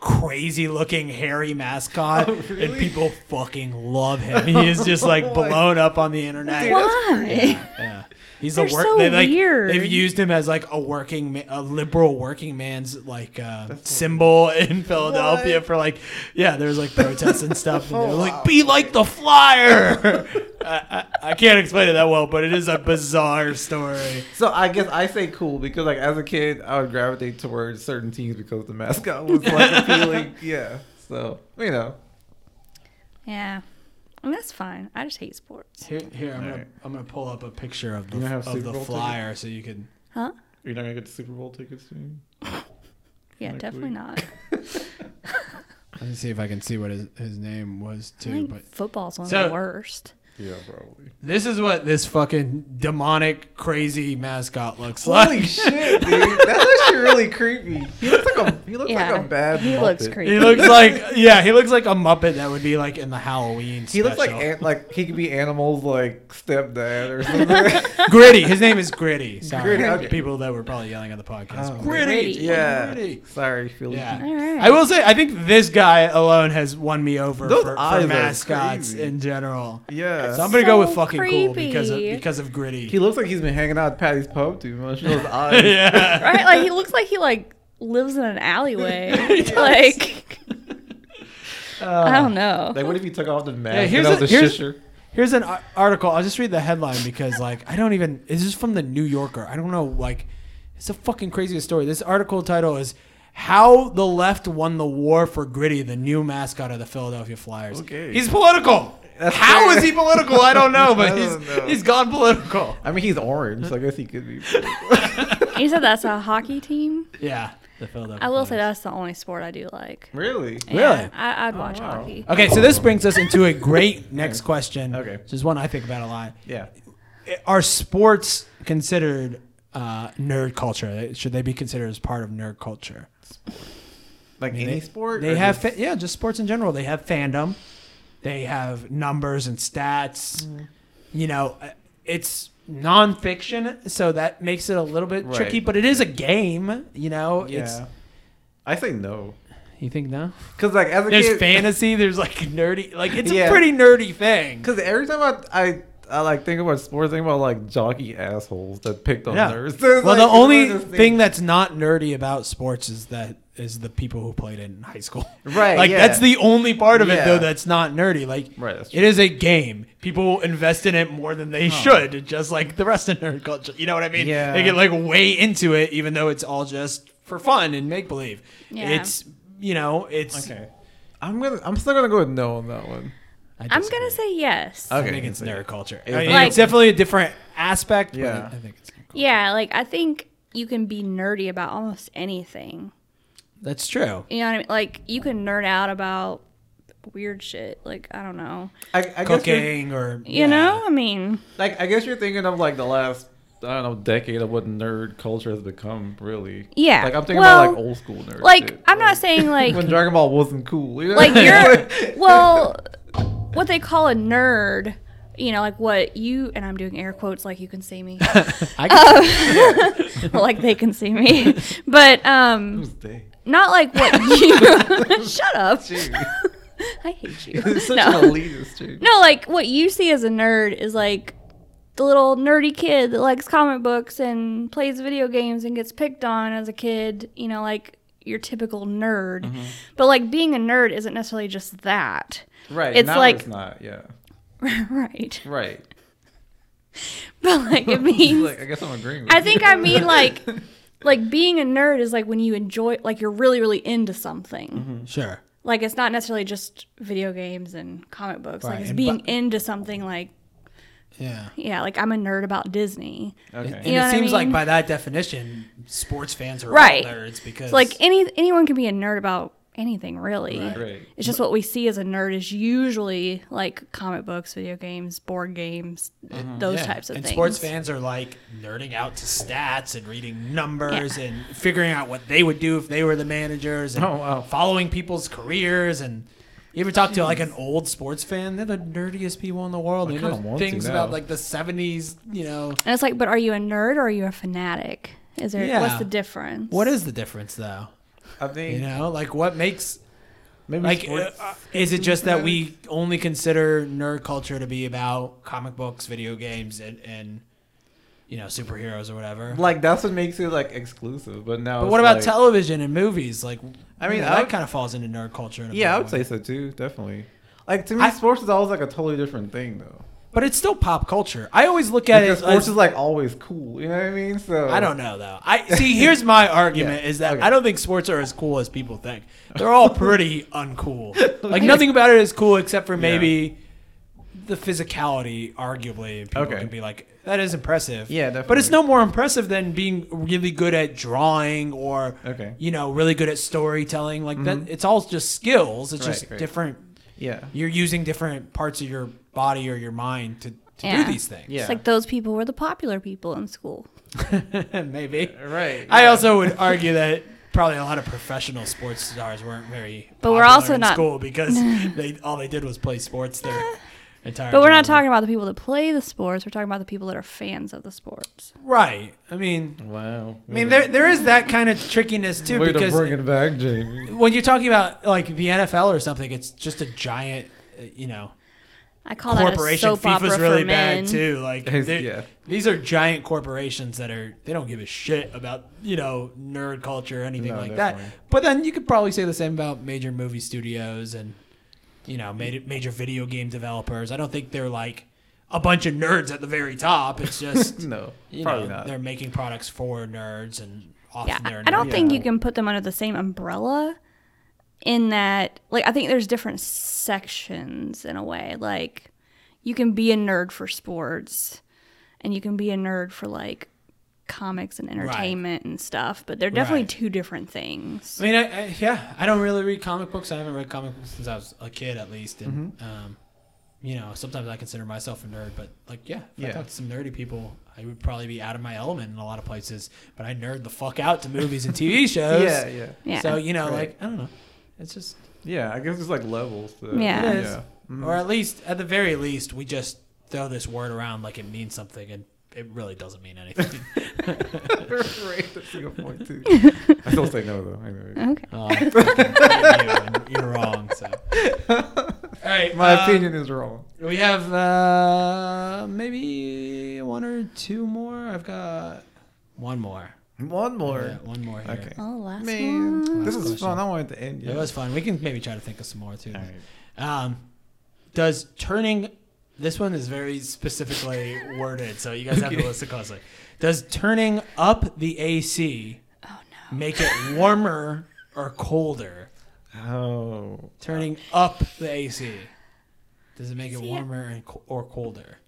crazy looking hairy mascot, and people fucking love him. He is just like blown up on the internet. Why? Yeah. He's a They're work. so they like weird. they've used him as like a working, ma- a liberal working man's like uh, symbol in Philadelphia for like, yeah, there's like protests and stuff, [LAUGHS] and Oh, they're like, be like the flyer. [LAUGHS] I, I, I can't explain it that well, but it is a bizarre story. So I guess I say cool because like as a kid I would gravitate towards certain teams because the mascot was like [LAUGHS] appealing. Yeah. So you know. Yeah, I mean, that's fine. I just hate sports. Here, here I'm gonna Alright. I'm gonna pull up a picture of You the don't have of Super the Bowl tickets? flyer so you can. Huh? You're not gonna get the Super Bowl tickets soon? Yeah, Like definitely we- not. Let me see if I can see what his, his name was I too. think But football's one So- of the worst. Yeah, probably. this is what this fucking demonic crazy mascot looks like. Holy shit, dude. That's actually really creepy. He looks like a he looks yeah, like a bad He looks Muppet. creepy. He looks [LAUGHS] like yeah, he looks like a Muppet that would be like in the Halloween. He looks like special. an, like he could be animals like [LAUGHS] stepdad or something. Gritty. His name [LAUGHS] is Gritty. Sorry, Gritty, okay. people that were probably yelling at the podcast. Oh. Gritty. Gritty. yeah. Gritty. Sorry, Philly. Yeah. All right. I will say, I think this guy alone has won me over Those for, eyes for are mascots crazy. in general. Yeah. So I'm gonna go with So fucking cool because of creepy. because of Gritty. he looks like he's been hanging out at Patty's pub too [LAUGHS] much. Those eyes. yeah. right? Like he looks like he like lives in [LAUGHS] an alleyway. like Uh, I don't know. Like what if he took off the mask? Yeah, here's and that a- was here's- shusher? Here's an ar- article. I'll just read the headline because, like, I don't even. This is from the New Yorker. I don't know. Like, it's the fucking craziest story. This article title is "How the Left Won the War for Gritty, the New Mascot of the Philadelphia Flyers." Okay. he's political. How is That's fair. he political? I don't know, but [LAUGHS] I he's don't know. he's gone political. [LAUGHS] I mean, he's orange, so I guess he could be. You said that's a hockey team. Yeah, The Philadelphia. I will say Flyers. that's the only sport I do like. Really? Really? Yeah, I, I'd watch wow. hockey. Okay, so this brings us into a great [LAUGHS] next question. Okay. Which is one I think about a lot. Yeah. Are sports considered uh, nerd culture? Should they be considered as part of nerd culture? Like I mean, they, any sport? They or have just- fa- yeah, just sports in general. They have fandom. They have numbers and stats. You know, uh, it's nonfiction, so that makes it a little bit Right. tricky. But it is a game. You know, it's Yeah. I say no. you think no? Cause like as a There's kid, fantasy. There's like nerdy. Like it's Yeah. a pretty nerdy thing. Because every time I, I I like think about sports, I think about like jockey assholes that picked on Yeah. nerds. [LAUGHS] Well, the only thing that's not nerdy about sports is that is the people who played it in high school. [LAUGHS] Right, Like yeah. that's the only part of it though Yeah. that's not nerdy. Like Right, that's it is a game. People invest in it more than they should, just like the rest of nerd culture. You know what I mean? Yeah. They get like way into it, even though it's all just for fun and make believe. Yeah. It's you know, it's okay. I'm gonna I'm still gonna go with no on that one. I I'm disagree. gonna say yes. I think it's so- nerd culture. It's I mean, like- it's definitely a different aspect. Yeah. Yeah, I think it's nerd culture. Yeah, like I think you can be nerdy about almost anything. that's true. You know what I mean? Like you can nerd out about weird shit. Like I don't know. I, I guess you're- Cooking or You know? I mean, like I guess you're thinking of like the last I don't know decade of what nerd culture has become. Really. Yeah. Like I'm thinking Well, about like old school nerd. like shit. I'm not saying like when Dragon Ball wasn't cool. You know? [LAUGHS] like you're well what they call a nerd you know like what you and i'm doing air quotes like you can see me Uh, I can [LAUGHS] like they can see me but um Tuesday. not like what you [LAUGHS] shut up i hate you [LAUGHS] It's such no. an elitist too. no like what you see as a nerd is like the little nerdy kid that likes comic books and plays video games and gets picked on as a kid you know like your typical nerd Mm-hmm. but like being a nerd isn't necessarily just that [LAUGHS] Right. It's now like- it's not. Yeah. right Right. but like it [LAUGHS] means Like I guess I'm agreeing. With i you. think i mean like like being a nerd is like when you enjoy like you're really really into something sure. like it's not necessarily just video games and comic books Right, like it's and being bu- into something like Yeah. yeah like i'm a nerd about disney Okay. And You know it what I seems like mean? by that definition, sports fans are Right. all nerds because It's like any anyone can be a nerd about anything really Right. it's just what we see as a nerd is usually like comic books video games board games those Mm-hmm. Yeah. types of and things sports fans are like nerding out to stats and reading numbers and figuring out what they would do if they were the managers and Oh, wow. following people's careers and. You ever talk to like an old sports fan? They're the nerdiest people in the world. They kinda know want to things now. about like the '70s. You know, and it's like but are you a nerd or are you a fanatic is there Yeah. what's the difference what is the difference though? I think You know, like what makes maybe like uh, sports. uh, is it just that we only consider nerd culture to be about comic books video games and, and you know superheroes or whatever like that's what makes it like exclusive. But now, but it's what about like- television and movies like i mean mean, I that would- kind of falls into nerd culture in a Yeah, I big would way. say so too. Definitely. Like to me, I- sports is always like a totally different thing, though. but it's still pop culture i always look at because it sports as, is like always cool. You know what I mean? So i don't know though i see here's my argument [LAUGHS] Yeah, is that okay. i don't think sports are as cool as people think they're all pretty uncool [LAUGHS] like nothing about it is cool except for maybe the physicality arguably people Okay. can be like that is impressive Yeah, But it's definitely. no more impressive than being really good at drawing or Okay. Mm-hmm. you know, really good at storytelling. Like that it's all just skills. It's Right, just right. different Yeah. you're using different parts of your body or your mind to, to Yeah. do these things. Yeah. it's like those people were the popular people in school [LAUGHS] Maybe. right. I yeah. also would argue that probably a lot of professional sports stars weren't very But we're popular also in not- school [LAUGHS] because [LAUGHS] they all they did was play sports their entire But we're not childhood. talking about the people that play the sports. We're talking about the people that are fans of the sports. Right. I mean Wow. I mean there there is that kind of trickiness too Way to because bring it back, Jamie. when you're talking about like the NFL or something, it's just a giant, uh, you know, I call corporation. that a soap opera FIFA's really for men. bad too. Like, It's- they- yeah. these are giant corporations that are they don't give a shit about you know nerd culture or anything No, like definitely. that. But then you could probably say the same about major movie studios and you know major, major video game developers. I don't think they're like a bunch of nerds at the very top. It's [LAUGHS] just [LAUGHS] No, you probably know, not. they're making products for nerds and often Yeah, they're I- I don't nerds. think you can put them under the same umbrella. In that, like, I think there's different sections in a way. Like, you can be a nerd for sports, and you can be a nerd for like comics and entertainment and stuff, but they're definitely Right. two different things. I mean, I, I, yeah, I don't really read comic books. I haven't read comic books since I was a kid, at least. And Mm-hmm. um, you know, sometimes I consider myself a nerd, but like, yeah, if I Yeah. talk to some nerdy people, I would probably be out of my element in a lot of places. But I nerd the fuck out to movies and [LAUGHS] TV shows. Yeah, yeah, Yeah. So you know, Right. like I don't know, it's just, yeah. I guess it's like levels. To, Yeah. It is. Mm. or at least at the very least, we just throw this word around like it means something, and it really doesn't mean [LAUGHS] anything. right. That's a good [LAUGHS] point too. I still say no though. Anyway. okay. Oh, I fucking hate you, and you're wrong. [LAUGHS] So, all Uh, right, My um, opinion is wrong. We have uh, maybe one or two more. I've got one more. One Yeah, more. one more here. Okay. Oh, last one. Man, this Last is question. fun. I wanted to end. It was fun. We can maybe try to think of some more too. Um, does turning this one is very specifically [LAUGHS] worded, so you guys have to listen closely. Does turning up the AC make it warmer or colder? [LAUGHS] Oh. [LAUGHS] Turning up the AC does it make it warmer and co- or colder?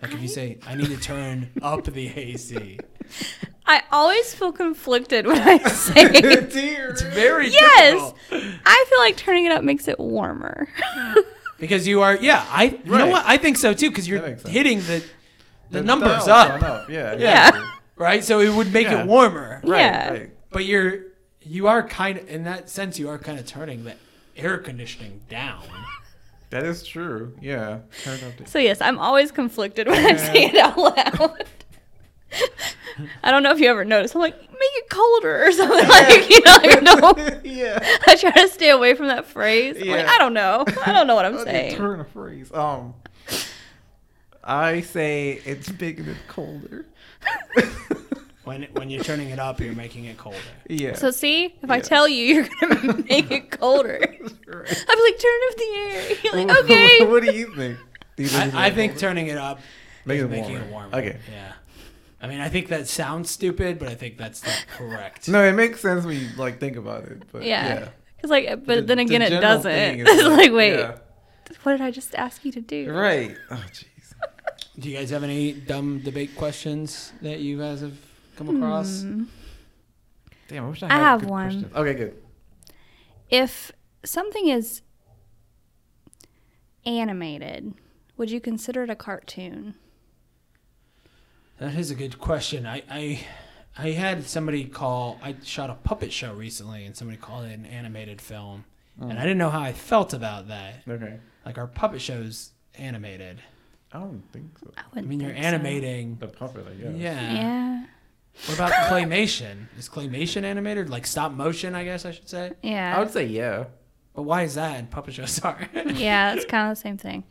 Like if you say, "I need to [LAUGHS] turn up the AC." I always feel conflicted when [LAUGHS] I say it. Dear. Very Yes. difficult. I feel like turning it up makes it warmer. [LAUGHS] because you are. Yeah, I. You know Right. what? I think so too. Because That you're makes sense. hitting the the, The numbers dial's up, gone Yeah. Yeah. exactly. right? So it would make Yeah. it warmer. Right, Yeah. right. But you're you are kind of in that sense. You are kind of turning the air conditioning down. That is true. Yeah. Turn up [LAUGHS] the- So yes, I'm always conflicted when I say it out [LAUGHS] loud. I don't know if you ever noticed. I'm like, make it colder [LAUGHS] or something. Like you know, like, I don't. yeah. I try to stay away from that phrase. I'm like, Yeah. I don't know. I don't know what I'm How do you saying. Turn a phrase. Um. I say it's making it colder. [LAUGHS] When when you're turning it up, you're making it colder. Yeah. So see, if I Yeah. tell you, you're gonna [LAUGHS] make it colder. Right. I'm like, turn off the air. [LAUGHS] You're [LAUGHS] like, What- [LAUGHS] okay. what do you think? Do you it's I, I making it think colder? turning it up Make is it making warmer. it warmer. Okay. Yeah. I mean, I think that sounds stupid, but I think that's [LAUGHS] the correct. No, it makes sense when you like think about it. But yeah. [LAUGHS] Yeah. Because like, but The- then the again, it general doesn't. [LAUGHS] thing is It's like, wait, yeah. what did I just ask you to do? Right. Oh jeez. Do you guys have any dumb debate questions that you guys have come across? Hmm. Damn, I wish I I had have good one. questions. Okay, good. if something is animated, would you consider it a cartoon? That is a good question. I, I I had somebody call. I shot a puppet show recently, and somebody called it an animated film, Oh. and I didn't know how I felt about that. Okay. Like our puppet shows animated. I don't think so. I wouldn't. I mean, you're think so. animating. The puppet, I Yeah. guess. Yeah. What [LAUGHS] about claymation? Is claymation animated? Like stop motion, I guess I should say. Yeah. I would say yeah. But why is that? And puppet shows [LAUGHS] are. yeah, it's kind of the same thing.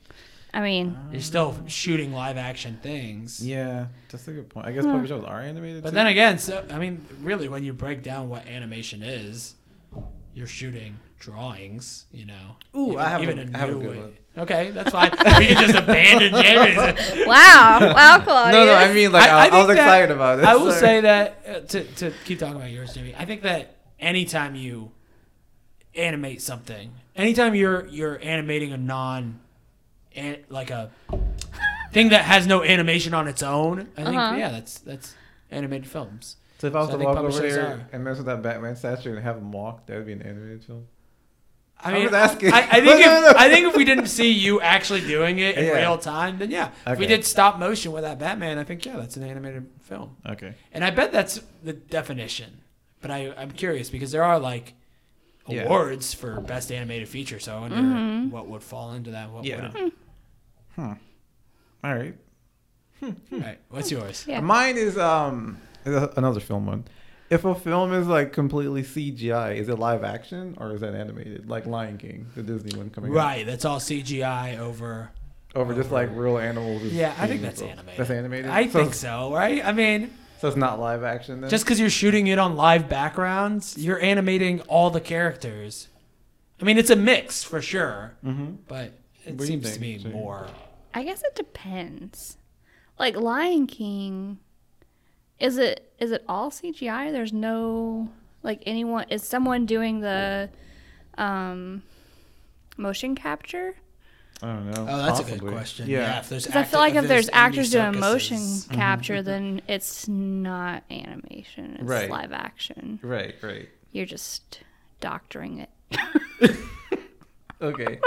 I mean, You're still shooting live action things. Yeah, that's a good point. I guess puppet shows are animated. But too. then again, so I mean, really, when you break down what animation is, you're shooting drawings, you know. Ooh, I have a- I have a new good one. Okay, that's fine. we can [LAUGHS] just abandon Jamie's. wow, wow, Claudia. Uh. no, no, I mean like I- I I, I, think was that- excited about it. I will so- say that uh, to to keep talking about yours, Jimmy. I think that anytime you animate something, anytime you're you're animating a non, an- like a thing that has no animation on its own, I think yeah, that's that's animated films. So if I was so I to think walk puppet over shows there are. and mess with that Batman statue and have him walk, that would be an animated film. I I mean, was asking. I, I think [LAUGHS] No, no, if, no. I think if we didn't see you actually doing it in Yeah. real time, then yeah. If we Okay. did stop motion with that Batman, I think yeah, that's an animated film, Okay. and I bet that's the definition. But I, I'm curious because there are like Yeah. awards for best animated feature, so I wonder Mm-hmm. what would fall into that. What Yeah. wouldn't. Hmm. All right. Hmm. All right, what's yours? Yeah. Mine is um is a- another film one. If a film is like completely CGI, is it live action or is that animated? Like Lion King, the Disney one coming out. Right, that's all CGI over. Over just like real animals. just Yeah, I being think that's themselves. animated. That's animated. I [LAUGHS] think so, right? I mean, So it's not live action then. Just because you're shooting it on live backgrounds, you're animating all the characters. I mean, it's a mix for sure, but it Mm-hmm. What do you seems to think, me Jane? more. I guess it depends. Like Lion King, is it is it all CGI? There's no like anyone is someone doing the um motion capture? I don't know. Oh, that's a Possibly. good question. Yeah, Yeah. if there's Because I acti- feel like if there's any actors doing motion circuses- capture, then it's not animation. It's Right. live action. Right. Right. You're just doctoring it. Okay.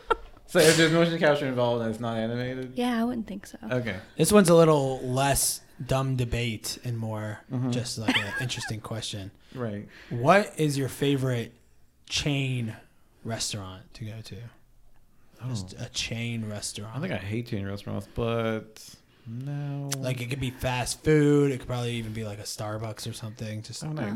[LAUGHS] so if there's motion capture involved and it's not animated. [LAUGHS] Yeah, I wouldn't think so. Okay. This one's a little less dumb debate and more just like an interesting question. Right. What is your favorite chain restaurant to go to? Just Oh. a chain restaurant. I think I hate chain restaurants, but no. like it could be fast food. It could probably even be like a Starbucks or something. Just Oh, nice.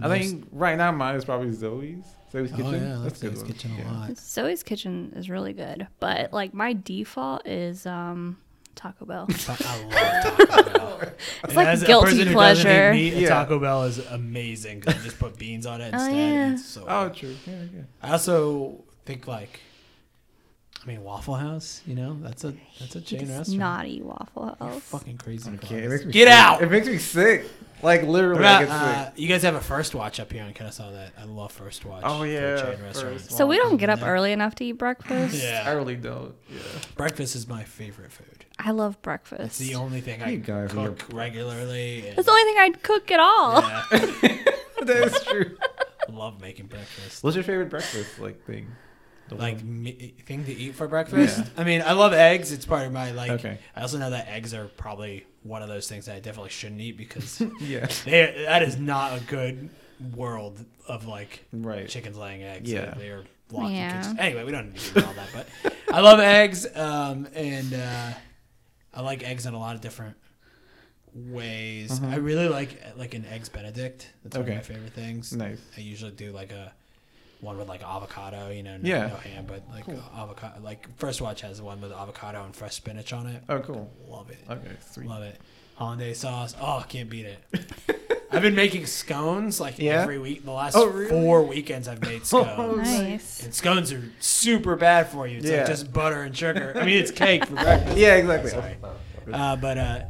I most- think right now mine is probably Zoe's. Zoe's Oh Kitchen. yeah, that's a good Zoe's one. kitchen Yeah. a [LAUGHS] lot. Zoe's Kitchen is really good, but like my default is um Taco Bell. Ta- I love [LAUGHS] Taco Bell. it's like guilty pleasure. Yeah. Taco Bell is amazing because I just put beans on it instead. yeah. and it's so Oh, good. true. Yeah, yeah. I also think like, I mean Waffle House. You know, that's a that's a chain It's restaurant. naughty Waffle House. Fucking crazy. Okay, it Carlos. makes me Get sick. out! It makes me sick. Like What literally, I about, get uh, sick. you guys have a first watch up here on Kennesaw that I love first watch. Oh, for a yeah, chain First restaurants. So we don't get up Yeah. early enough to eat breakfast. I Yeah, really don't. Yeah. [LAUGHS] breakfast is my favorite food. I love It's breakfast. the only thing You I guys are- cook regularly. and- That's the only thing I'd cook at all. [LAUGHS] yeah, That's true. love making breakfast. [LAUGHS] What's your favorite breakfast like thing? The Like one- me- thing to eat for breakfast. I mean, I love eggs. It's part of my like. Okay. I also know that eggs are probably one of those things that I definitely shouldn't eat [LAUGHS] because yeah, they that is not a good world of like right. chickens laying eggs. Yeah. They are blocking Yeah. kids. Anyway, we don't need to do all that, but I love eggs, um, and uh, I like eggs in a lot of different ways. I really like like an eggs Benedict. That's one Mm-hmm. Okay. of my favorite things. Nice. I usually do like a one with like avocado, you know, no, Yeah. no ham, but like avocado. Like First Watch has one with avocado and fresh spinach on it. Oh, cool. Love it. Okay, sweet. Love it. Hollandaise sauce. Oh, can't beat it. [LAUGHS] I've been making scones like Yeah? every week. The last Oh, really? four weekends I've [LAUGHS] made scones. Nice. And scones are super bad for you. It's Yeah. like just butter and sugar. I mean, it's cake [LAUGHS] for breakfast. Yeah, exactly. Sorry. Uh, but uh,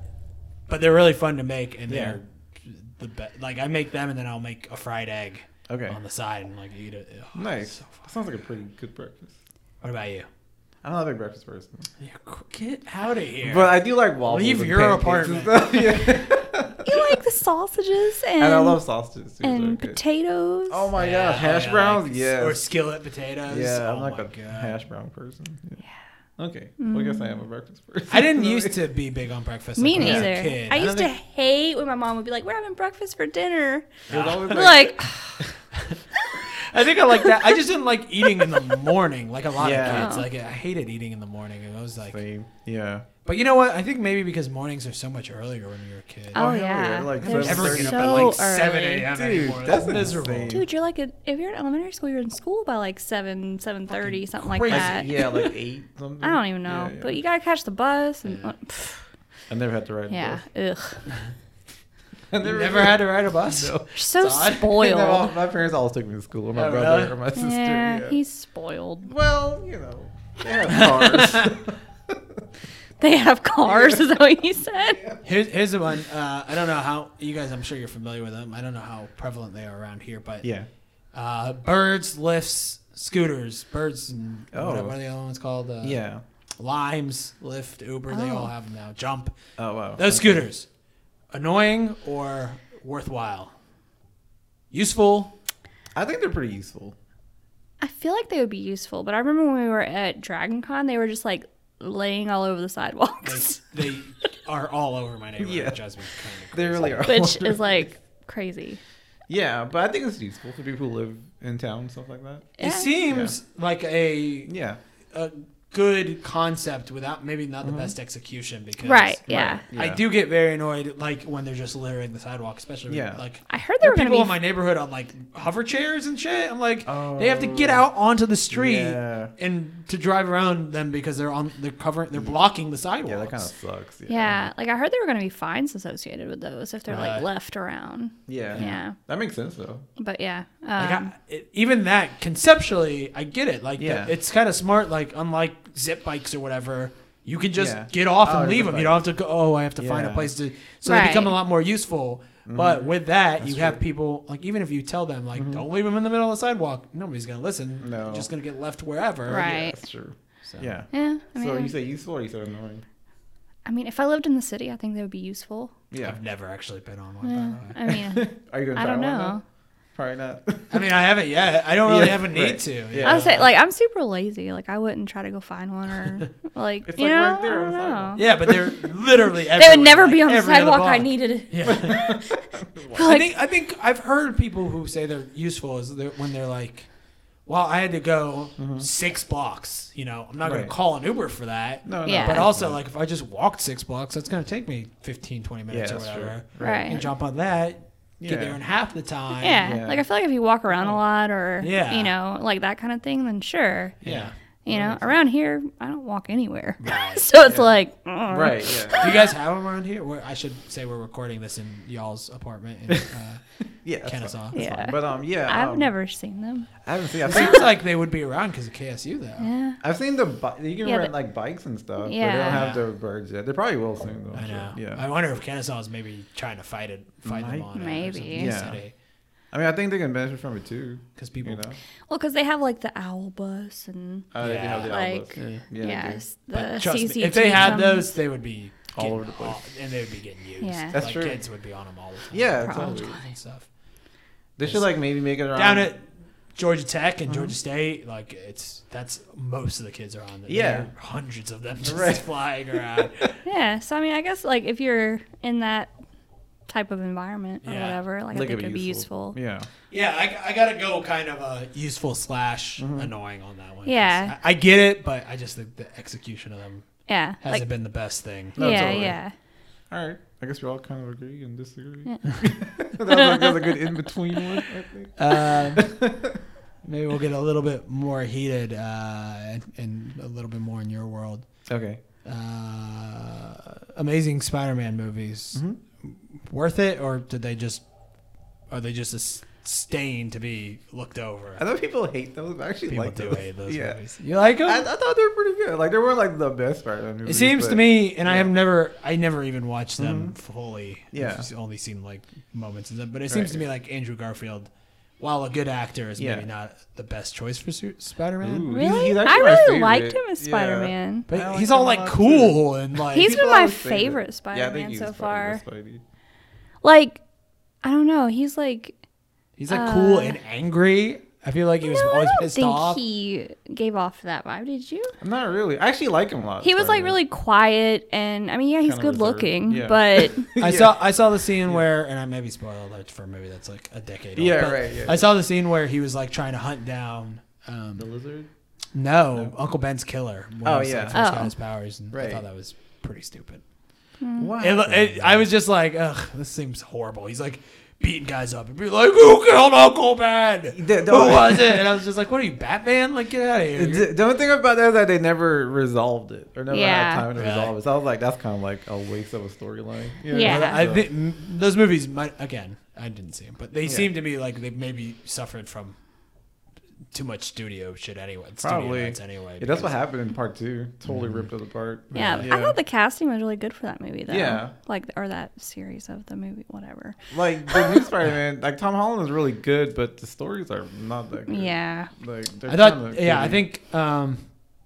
but they're really fun to make, and Yeah. they're the best. Like I make them, and then I'll make a fried egg Okay. on the side and like eat it. Oh, Nice. so fun. that sounds like a pretty good breakfast. What about you? I'm not a big breakfast person, Yeah, Get out of here. but I do like waffles. Leave and your pancakes and apartment. stuff. [LAUGHS] Yeah. You like the sausages and, and I love sausages too. they're and good. potatoes. Oh my Yeah, god, hash yeah, browns? like, yes. Or skillet potatoes. yeah, oh I'm like my a God. hash brown person. Yeah. Okay. Well, I guess I am a breakfast person. I didn't [LAUGHS] used to be big on breakfast. like, Me when was a neither. kid. I don't used to think- hate when my mom would be like, "We're having breakfast for dinner." It was always I'd be like, oh, I think I like that. I just didn't like eating in the morning, like a lot Yeah. of kids. Like I hated eating in the morning, and I was like, Same. Yeah. but you know what? I think maybe because mornings are so much earlier when you're a kid. oh, hell yeah, yeah, like they're seven Everyone thirty. get so up at like early. seven a.m. Dude, anymore. that's miserable. insane. Dude, you're like a, if you're in elementary school, you're in school by like seven, seven thirty, something like Like, that. yeah, like eight something. I don't even know, Yeah, yeah. but you gotta catch the bus and yeah. I never had to ride. a yeah. bus. Ugh, [LAUGHS] [LAUGHS] I You never had to ride a bus. No. you're so It's [LAUGHS] odd. [LAUGHS] No, all- spoiled. my parents always took me to school, or my Oh, brother, really? or my sister. yeah, Yeah, he's spoiled. well, you know, they had [LAUGHS] cars. They have cars, is that what you said? Here's, here's the one. Uh, I don't know how you guys. I'm sure you're familiar with them. I don't know how prevalent they are around here, but yeah. uh, birds, lifts, scooters, birds. And Oh. what, what are the other ones called? Uh, Yeah. Limes, Lyft, Uber, they all Oh. have them now. Jump. Oh wow. Those scooters, annoying or worthwhile? Useful. I think they're pretty useful. I feel like they would be useful, but I remember when we were at Dragon Con, they were just like laying all over the They, [LAUGHS] sidewalks, they are all over my neighborhood. Yeah. It drives me kind of They really are. [LAUGHS] which is like crazy. Yeah, but I think it's useful for people who live in town and stuff like that. It seems like a Yeah. a good concept without maybe not the Mm-hmm. best execution because Right, yeah. I do get very annoyed like when they're just littering the sidewalk, especially when, Yeah. like I heard they there were are people going to be in my neighborhood on like hover chairs and shit. I'm like, they have to get out onto the street Oh, Yeah. and to drive around them because they're on they're covering they're blocking the sidewalks. Yeah, that kind of sucks. Yeah, like I heard there were going to be fines associated with those if they're Right. like left around. Yeah. Yeah. That makes sense though. But yeah, um, Like I, it- even that conceptually, I get it. Like Yeah. the- it's kind of smart. Like unlike zip bikes or whatever, you can just Yeah. get off Oh, and leave zip them. You don't have to go. Oh, I have to find a Yeah. Mm-hmm. place to. So they Right. become a lot more useful. But with that, you have people like even if you tell them like don't leave them in the middle of the sidewalk, nobody's gonna listen. No. You're just gonna get left wherever. Right. That's true. So. Yeah. Yeah, I mean, so you say useful or you say annoying? I mean, if I lived in the city, I think that would be useful. Yeah. I've never actually been on one. Yeah, By the way. I mean, Are you gonna try I one, don't know. though? Probably not. [LAUGHS] I mean, I haven't yet. I don't really Yeah, have a need right. to. you Yeah. I I'll would say know? like I'm super lazy. Like I wouldn't try to go find one or like It's you like know. right there I on don't the sidewalk. know. Yeah, but they're literally. They everywhere, would never like, be on the every other sidewalk I block. needed it. [LAUGHS] Yeah. [LAUGHS] I Like- think I think I've heard people who say they're useful is they're, when they're like, "Well, I had to go six blocks. You know, I'm not going Mm-hmm. Right. to call an Uber for that." No, no. Yeah. But also, like, if I just walked six blocks, that's going to take me 15, 20 minutes or that's true. whatever. Right. And jump on that, Yeah. get there in half the time. Yeah. Yeah. Like I feel like if you walk around a lot or Yeah. you know, like that kind of thing, then sure. Yeah. You know, around here I don't walk anywhere. [LAUGHS] so it's like mm. Right. [LAUGHS] Yeah. Do you [COUGHS] guys have them around here? Where, I should say we're recording this in y'all's apartment in uh, [LAUGHS] Yeah. that's fine. Kennesaw. Yeah. But um, yeah. I've um, never seen them. I haven't seen. I've [LAUGHS] seen, Seems like they would be around because of KSU, though. Yeah. I've seen the. Bi- you can Yeah, rent but- like bikes and stuff. Yeah. They Yeah. don't have the birds yet. They probably will soon though. I know. Yeah. I wonder if Kennesaw is maybe trying to fight it, fight Might- them on it. or Maybe. something in the Yeah. city. I mean, I think they can benefit from it too. 'Cause people- you know, Well, because they have like the owl bus and uh, they have the like outlook. yeah, they do. yes, But the trust CCT me, if they had comes. those, they would be All getting over the place. all- and they would be getting used. Yeah. That's like true. Kids would be on them all the time. Yeah, All the totally. time and stuff. They should like maybe make it around. Down at Georgia Tech Uh-huh. and Georgia State, like it's that's most of the kids are on. There. Yeah. There are hundreds of them just [LAUGHS] Right. flying around. Yeah, so I mean, I guess like if you're in that type of environment or Yeah. whatever, like I think it'd be useful. Yeah. yeah, I, I gotta go kind of a useful slash annoying on that one. 'cause Yeah. I, I get it, but I just think the execution of them Yeah, hasn't like been the best [LAUGHS] thing. No, yeah, totally. yeah. All right. I guess we all kind of agree and disagree. [LAUGHS] that, was, a- that was a good in between one. I think. [LAUGHS] Um, maybe we'll get a little bit more heated uh, and, and a little bit more in your world. Okay. Uh, amazing Spider-Man movies, worth it, or did they just are they just a s- stain to be looked over? I know people hate those. I actually People like do those. hate those yeah. movies. You like them? I, I thought they were pretty good. Like they weren't like the best Spider-Man it movies. seems but- Mm-hmm. to me, and I have never, I never even watched them fully. Yeah. I've just only seen like moments of them, but it seems Right. to me like Andrew Garfield, while a good actor, is Yeah. maybe not the best choice for Su- Spider-Man. Ooh, he's- Really, he's I actually my really favorite. liked him as Yeah. Spider Man. But I like he's him all a like lot, cool and like He's been People my always say that. favorite Yeah, I think Spider-Man he's so Spider-Man, far. Spidey. Like, I don't know. He's like he's like cool uh, and angry. I feel like he was no, I always don't pissed think off. he gave off that vibe. Did you? Not really. I actually like him a lot. He was like Spider-Man. really quiet, and I mean, yeah, he's uh, Kinda good reserved. [LAUGHS] looking, Yeah. but I saw I saw the scene where, and I maybe spoiled alert for a movie that's like a decade. old, Yeah, but right, yeah. I saw the scene where he was like trying to hunt down. Um, the lizard. no, Uncle Ben's killer. When Oh, he was, yeah. like, first got Oh. his powers, and I Right. thought that was pretty stupid. Mm. Wow. It, lo- it, I was just like, ugh, this seems horrible. He's like beating guys up and be like, who killed Uncle Ben? The- the- Who was [LAUGHS] it? And I was just like, what are you, Batman? Like, get out of here. You're- The the only thing about that is that they never resolved it or never Yeah. had time to Really? resolve it. So I was like, that's kind of like a waste of a storyline. You know? Yeah. I think m- those movies might again. I didn't see them, but they seem to me like they maybe suffered from too much studio shit anyway. Studio Probably. nights anyway. Yeah, that's what because- Mm-hmm. happened in part two. Totally ripped it apart. yeah, I thought the casting was really good for that movie, though. Yeah. like or that series of the movie, whatever. like the new Spider-Man, like Tom Holland is really good, but the stories are not that good. Yeah, Like they're I thought. kinda yeah, I goofy. think um,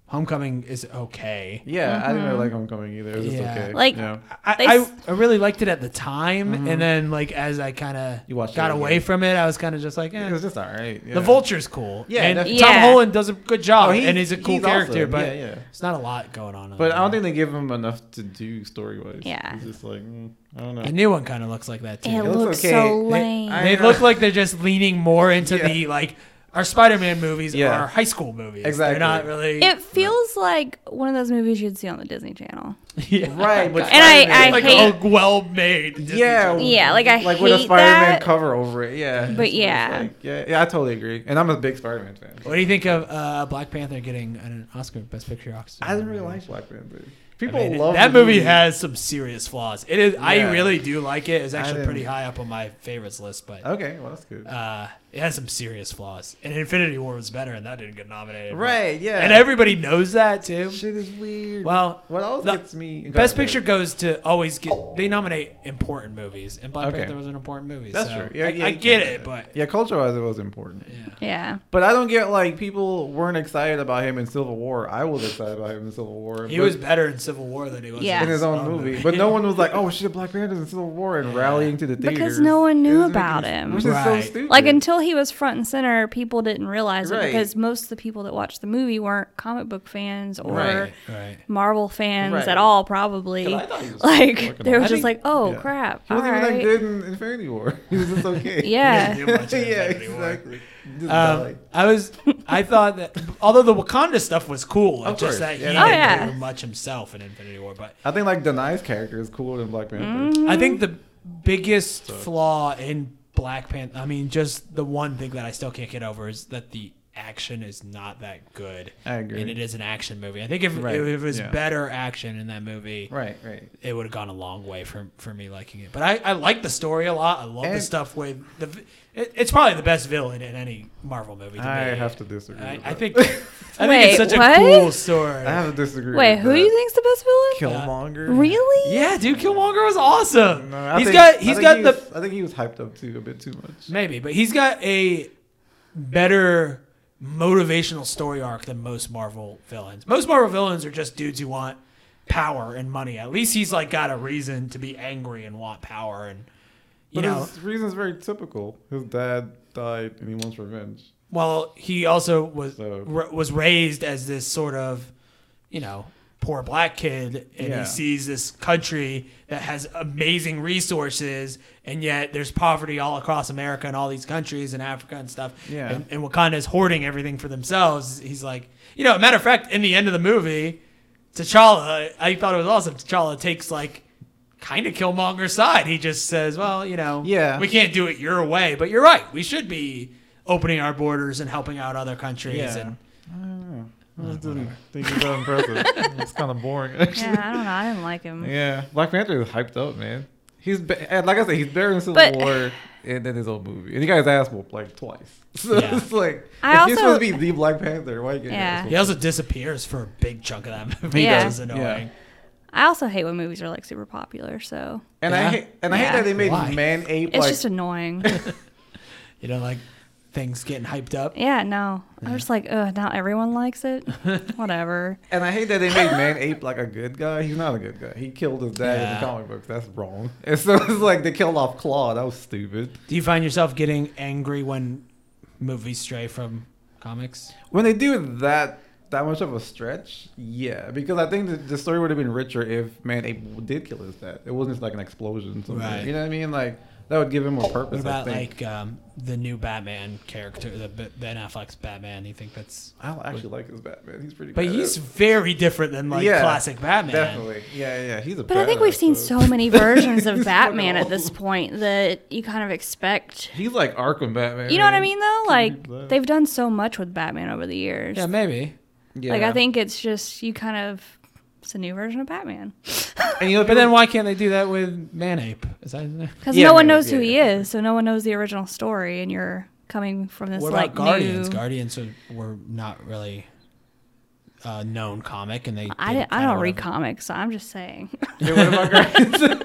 Homecoming is okay. Yeah, I didn't really like Homecoming either. It was Yeah. just okay. Mm-hmm. Like- you know? They I, s- I, I really liked it at the time, and then like as I kind Mm-hmm. You of watched it got away again. from it, I was kind of just like, eh. it was just all right. Yeah. the Vulture's cool. Yeah, and definitely. Tom Yeah. Holland does a good job, Oh, he- and he's a cool he's character, awesome. but Yeah, yeah. it's not a lot going on. But I don't think. think they give him enough to do story-wise. Yeah. it's just like mm, I don't know. The new one kind of looks like that too. it, looks looks okay. so They- lame. I- They know. look like they're just leaning more into Yeah. the like our Spider-Man movies Yeah. are high school movies. Exactly. They're not really It feels like one of those movies you'd see on the Disney Channel. [LAUGHS] yeah. [LAUGHS] right, but And I- Spider-Man- I like hate- oh, well made. Disney yeah, movie. Yeah, like, I like with a hate Spider-Man that. cover over it. Yeah, that's what it's yeah. like. yeah, yeah, I totally agree. And I'm a big Spider-Man fan. What do you think of uh, Black Panther getting an Oscar Best Picture Oscar? I didn't really like Black Panther. People mean, love that the movie has some serious flaws. It is. I Yeah. really do like it. It's actually didn't- pretty high up on my favorites list, but Okay, well that's good. uh, it has some serious flaws. And Infinity War was better, and that didn't get nominated. right, yeah. And everybody knows that too. shit is weird. Well, what else the- gets me? go Best ahead. Picture goes to always get they nominate important movies, and Black Okay. Panther was an important movie. That's so true. Yeah, I, yeah, I you get can do it, that. but yeah, culture-wise, it was important. Yeah. But I don't get like people weren't excited about him in Civil War. I was excited about him in Civil War. he but- was better in Civil War than he was Yeah. in his own [LAUGHS] movie, [LAUGHS] but Oh, no one was like, "Oh shit, Black Panther's in Civil War" and rallying to the theaters Because no one knew It doesn't make about any- him. which is so Right. stupid. Like until he was front and center, people didn't realize Right. it because most of the people that watched the movie weren't comic book fans or Right. Right. Marvel fans Right. at all, probably. Yeah, I thought he was Like fucking they were awesome. just I like, think- "Oh yeah. crap!" He All wasn't even that right. good in Infinity War. [LAUGHS] He was just okay. [LAUGHS] Yeah. He didn't do much in [LAUGHS] yeah, Infinity War. exactly. Just Um, died. I was, I thought that although the Wakanda stuff was cool, Of it's just course. that he Yeah, didn't that- Oh, yeah. do much himself in Infinity War. But I think like Denai's character is cooler than Black Panther. I think the biggest flaw in Black Panther, I mean, just the one thing that I still can't get over is that the action is not that good. I agree. And it is an action movie. I think if, Right, if it was yeah. better action in that movie, Mm-hmm. Right, right. it would have gone a long way for, for me liking it. But I, I like the story a lot. I love the And- stuff with the. vi- It, it's probably the best villain in any Marvel movie. To I me. have to disagree. I, with I that. think I think Wait, it's such what? a cool story. I have to disagree. Wait, with who that. [LAUGHS] do you think's the best villain? Killmonger? Really? yeah, dude, Killmonger was awesome. No, I he's think- got I he's think got he the was- I think he was hyped up too a bit too much. Maybe, but he's got a better motivational story arc than most Marvel villains. Most Marvel villains are just dudes who want power and money. At least he's like got a reason to be angry and want power and you But know, his reason's very typical. His dad died and he wants revenge. well, he also was So- ra- was raised as this sort of, you know, poor black kid and Yeah. he sees this country that has amazing resources and yet there's poverty all across America and all these countries and Africa and stuff. Yeah. And, and Wakanda's hoarding everything for themselves. He's like, you know, matter of fact, in the end of the movie, T'Challa, I thought it was awesome. T'Challa takes like kind of Killmonger's side. He just says, well, you know, Yeah. we can't do it your way, but you're right. We should be opening our borders and helping out other countries. Yeah. And I just didn't think it was that [LAUGHS] impressive. it's kind of boring, actually. Yeah, I don't know. I didn't like him. Yeah, Black Panther is hyped up, man. He's be- and like I said, he's better in Civil But- War and then his own movie, and he got his ass whooped like twice. [LAUGHS] So Yeah. it's like I if also- he's supposed to be the Black Panther, why you getting your ass Yeah. he also disappears for a big chunk of that [LAUGHS] movie. He Yeah. does. annoying. Yeah. I also hate when movies are like super popular, so And Yeah. I hate, and I Yeah. hate that they made Why? man ape it's like [LAUGHS] just annoying. You know, like things getting hyped up. yeah, no, I'm just like, ugh, now everyone [LAUGHS] likes it. Whatever. And I hate that they made [LAUGHS] Man Ape like a good guy. He's not a good guy. He killed his dad in Yeah. the comic books. That's wrong. [LAUGHS] And so it's like they killed off Claw. That was stupid. Do you find yourself getting angry when movies stray from comics? When they do that that much of a stretch, yeah, because I think the, the story would have been richer if Man Ape did kill his dad. It wasn't just like an explosion. Somewhere. Right. You know what I mean? Like that would give him more purpose. What about I think. like um, the new Batman character, the B- Ben Affleck's Batman? You think that's? I actually like his Batman. He's pretty. But badass. he's very different than like Yeah, classic Batman. [LAUGHS] definitely. Yeah, yeah. He's a. But I think we've badass, seen though. so many versions of He's fucking Batman at this awesome. point that you kind of expect. [LAUGHS] He's like Arkham Batman. You know what I man. mean, though? Batman. Like they've done so much with Batman over the years. Yeah, maybe. Yeah. Like I think it's just you kind of it's a new version of Batman And you know, But then why can't they do that with Manape? Is that in there? because Yeah, no one yeah, knows who yeah, he yeah. is, so no one knows the original story, and you're coming from this What like about Guardians? new. Guardians were, were not really a known comic, and they. I, did didn't, I kinda don't read whatever. comics, so I'm just saying. Yeah, [LAUGHS] what about Guardians?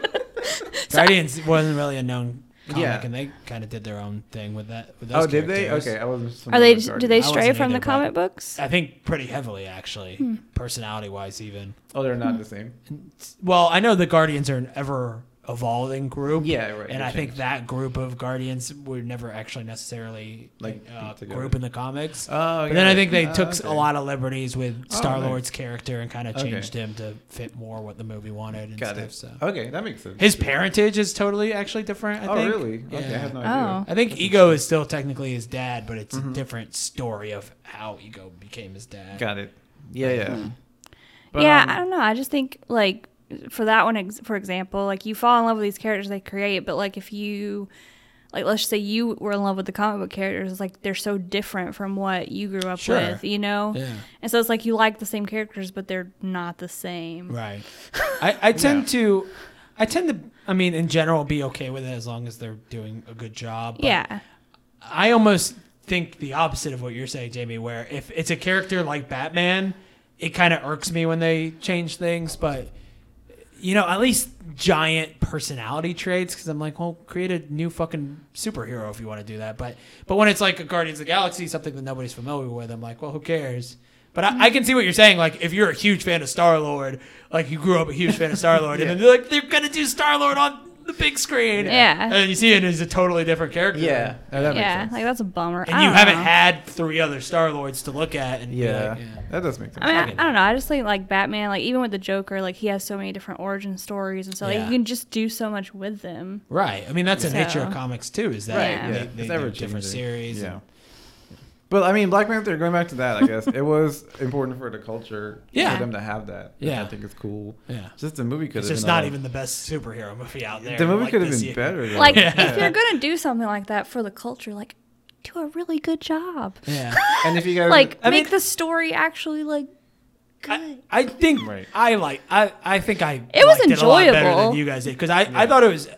Guardians wasn't really a known comic, Yeah. and they kind of did their own thing with that. With those oh, did they? characters. Okay, I wasn't. familiar Are they? with Do they Guardians. I stray wasn't from the either, but- comic books? I think pretty heavily, actually, Hmm. personality-wise, even. Oh, they're not the same. Well, I know the Guardians are an ever evolving group. Yeah, right, And they I think change. that group of Guardians were never actually necessarily like Like, uh, together. group in the comics. Oh, But then yeah. I think they Ah, took okay. a lot of liberties with Oh, Star Lord's character and kind of Okay. changed him to fit more what the movie wanted and Got stuff. it. So Okay, that makes sense. his parentage is totally actually different. I Oh, think. really? Okay, I Yeah. had no Oh. idea. I think Ego is still technically his dad, but it's a different story of how Ego became his dad. Mm-hmm. Got it. Yeah, Hmm. yeah. But, yeah, um, I don't know. I just think like for that one, ex- for example, like you fall in love with these characters they create, but like if you like let's say you were in love with the comic book characters, it's like they're so different from what you grew up Sure. with, you know? Yeah. And so it's like you like the same characters, but they're not the same. Right. I, I tend to, I tend to, I mean, in general, be okay with it as long as they're doing a good job. but Yeah. I almost think the opposite of what you're saying, Jamie, where if it's a character like Batman, it kind of irks me when they change things, but. You know, at least giant personality traits, because I'm like, well, create a new fucking superhero if you want to do that. But but when it's like a Guardians of the Galaxy, something that nobody's familiar with, I'm like, well, who cares? But I, I can see what you're saying. Like, if you're a huge fan of Star Lord, like you grew up a huge fan of Star Lord, and then they're like, they're gonna do Star Lord on the big screen, Yeah. and then you see it as a totally different character, Yeah, no, that makes yeah. sense. Like that's a bummer. and I you don't haven't know. had three other Star Lords to look at. And be yeah, like, that does make sense. I mean, I, I don't know. I just think like Batman, like even with the Joker, like he has so many different origin stories, and so like Yeah. you can just do so much with them. right. I mean, that's a nature of So- comics too. Is that Right, they- yeah. they, they it's do ever different changing. series? Yeah. and- But I mean, Black Panther. Going back to that, I [LAUGHS] guess it was important for the culture Yeah. for them to have that. Yeah. I think it's cool. Yeah. just the movie could. It's have just been not all- even the best superhero movie out there. uh, The movie like could have this been year. better. Though. Like if [LAUGHS] Yeah. you're gonna do something like that for the culture, like do a really good job. [LAUGHS] Yeah. and if you guys Like I mean- make the story actually like I, good. I think Right. I like I, I think I It was liked a lot better than enjoyable. you guys did because I, I thought it was uh,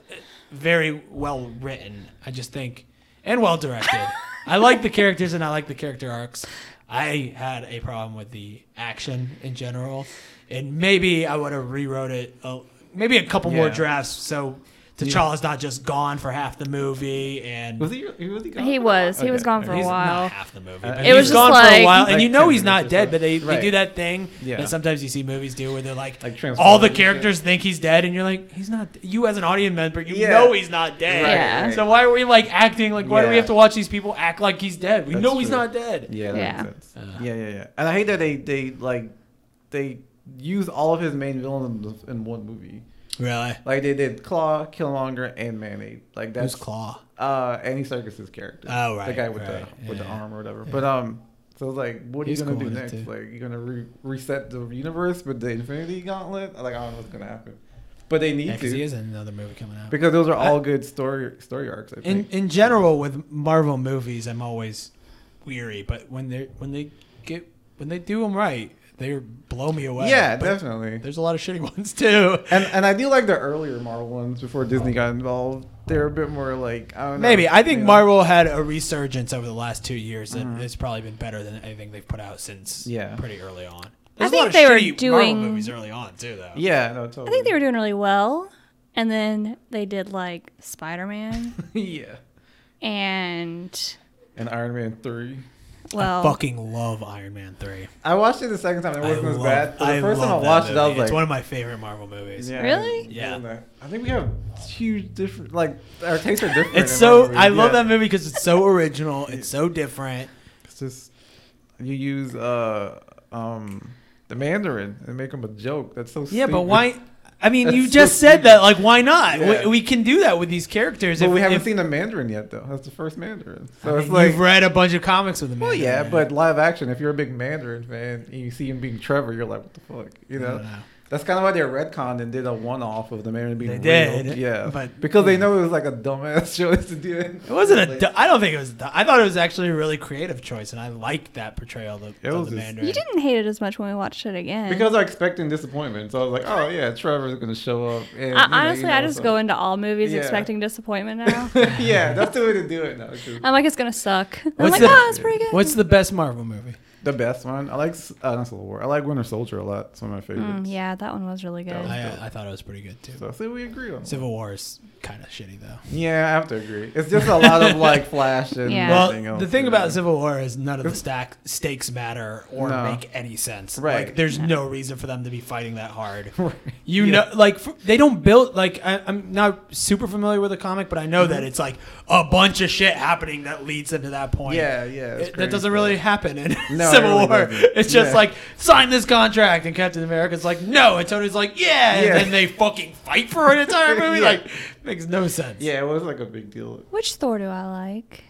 very well written. I just think and well [LAUGHS] directed. I like the characters and I like the character arcs. I had a problem with the action in general, and maybe I would have rewrote it a, maybe a couple more Yeah. drafts so T'Challa's not just gone for half the movie and was he? Was he? Gone? He was. He Okay. was gone for a He's while. not half the movie. Uh, but It he was was just gone for a like- while, and Like you know he's 10 not minutes or dead, so. but they, they Right. do that thing Yeah. that sometimes you see movies do where they're like, Like all the Transformers characters think he's dead, and you're like, he's not. You as an audience member, you Yeah. know he's not dead. Right, Yeah. right. So why are we like acting like? Why do we Yeah. have to watch these people act like he's dead? We That's know he's true. not dead. Yeah, that Yeah. makes sense. yeah, yeah, yeah. And I hate that they they like they use all of his main villains in one movie. Really? Like they did Claw, Killmonger, and Manate. Like that's Who's Claw? uh Annie Circus's character. Oh, the right, guy with right, the with the yeah. arm or whatever. But um, so it's like, what are He's you gonna cool do with it, next? too. Like you're gonna re- reset the universe with the Infinity Gauntlet? Like I don't know what's gonna happen, but they need to in another movie coming out. because those are all good story story arcs. I in think. in general with Marvel movies, I'm always weary, but when they when they get when they do them right, they blow me away. yeah, But definitely. There's a lot of shitty [LAUGHS] ones too. And and I do like the earlier Marvel ones before Disney got involved. They're a bit more like I don't know. Maybe I think you know? Marvel had a resurgence over the last two years, and it's probably been better than anything they've put out since Yeah. pretty early on. I There's a lot think of they were shitty Marvel doing- movies early on too, though. Yeah, no, totally. I think they were doing really well, and then they did like [LAUGHS] Spider Man [LAUGHS] yeah. and And Iron Man three. well, Fucking love Iron Man three. I watched it the second time. It I wasn't as love- bad. The I first time I love that watched it, I movie. was it's like, one of my favorite Marvel movies. yeah, Really? Yeah. I don't know. I think we have huge different. Like our tastes are different. It's in so movies. I love Yeah. that movie because it's [LAUGHS] so original. It's so different. It's just you use uh um the Mandarin and make him a joke. That's so. Yeah, but stupid. why? I mean, That's you so just said stupid. that. Like, why not? Yeah. We, we can do that with these characters. But if- we haven't if- seen the Mandarin yet, though. That's the first Mandarin. I So mean, it's like you've read a bunch of comics with them. Well, yeah, but live action, if you're a big Mandarin fan and you see him being Trevor, you're like, what the fuck? You know? don't know. That's kind of why they retconned and did a one off of the Mandarin being They real. did, Yeah. but- because they know it was like a dumbass [LAUGHS] choice to do it. It wasn't a. Like, du- I don't think it was. du- I thought it was actually a really creative choice, and I liked that portrayal of, the- It of was the just- Mandarin. you didn't hate it as much when we watched it again. Because I was expecting disappointment. So I was like, oh, yeah, Trevor's going to show up. And, you know, I, you honestly, I know, just so- go into all movies Yeah. expecting disappointment now. [LAUGHS] yeah, that's the way to do it now. 'cause I'm like, it's gonna suck. And I'm [LAUGHS] What's like, the- oh, it's pretty good. What's the best Marvel movie? The best one. I like, S- uh, not Civil War. I like Winter Soldier a lot. It's one of my favorites. Mm, yeah, that one was really good. That was- I, I thought it was pretty good too. So I say we agree on that. Civil War is kind of shitty though. Yeah, I have to agree. It's just a lot of like flash and Yeah. Well, everything else, the thing you about know? Civil War is none of [LAUGHS] the stack stakes matter or No. make any sense. Right. Like, there's no reason for them to be fighting that [LAUGHS] hard. You Yeah. know, like f- they don't build. Like I, I'm not super familiar with the comic, but I Mm-hmm. know that it's like a bunch of shit happening that leads them to that point. Yeah, yeah. it's It- that crazy doesn't stuff. really happen in [LAUGHS] No, it Civil really War. doesn't. It's just Yeah. like sign this contract, and Captain America's like, no, and Tony's like, yeah, Yeah. and then they fucking fight for [LAUGHS] an entire movie. Yeah. Like, makes no sense. Yeah, it was like a big deal. Which Thor do I like?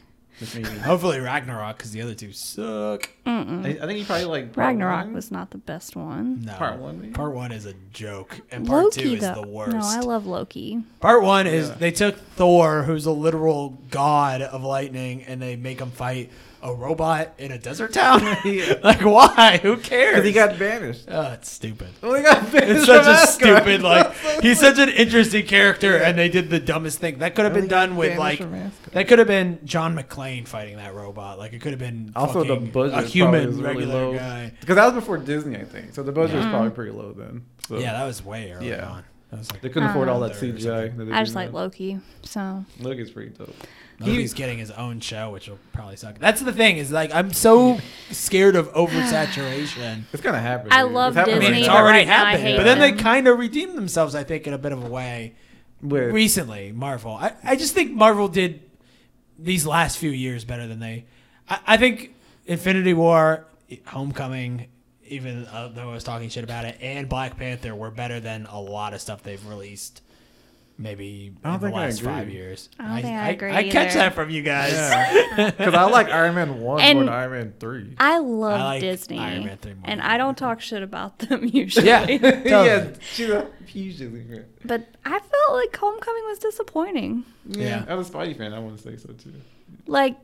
[LAUGHS] Just maybe. Hopefully Ragnarok, because the other two suck. I, I think you probably like part Ragnarok one? was not the best one. No. Part one, maybe? Part one is a joke, and Mm. part two is the worst. No, I love Loki. part one is Yeah. they took Thor, who's a literal god of lightning, and they make him fight a robot in a desert town. [LAUGHS] Yeah. [LAUGHS] like, why? Who cares? Because he got banished. oh, it's stupid. Oh, he got banished. It's such from a Asgard. stupid like. [LAUGHS] He's such an interesting character, and they did the dumbest thing that could have Well, been he got done with banished like from Asgard. that could have been John McClane fighting that robot. Like it could have been Also, the fucking budget a probably human was really regular low guy. because that was before Disney, I think. So the budget Mm. was probably pretty low then. So Yeah, that was way early Yeah. on. That was like, they couldn't afford all that Uh, there or CGI. that they I just do like now. Loki, so Look, it's pretty dope. oh, He's getting his own show, which will probably suck. That's the thing is like I'm so scared of oversaturation. It's gonna happen. I dude. It's love happening I mean, Disney, it's but already right now I happened, hate but then they them. kind of redeemed themselves, I think, in a bit of a way With- [LAUGHS] recently. Marvel, I, I just think Marvel did these last few years better than they. I, I think Infinity War, Homecoming, even uh, though I was talking shit about it, and Black Panther were better than a lot of stuff they've released. Maybe I don't in the think I last agree. five years. don't think I agree I catch either. that from you guys. [LAUGHS] Because I like Iron Man 1 more And- than Iron Man 3. I love I like Disney, Iron Man three more and than I don't talk shit about [LAUGHS] them [LAUGHS] usually. yeah, she's a hugely great. [LAUGHS] But I felt like Homecoming was disappointing. Yeah. Yeah. I'm a Spidey fan. I want to say so too. Like,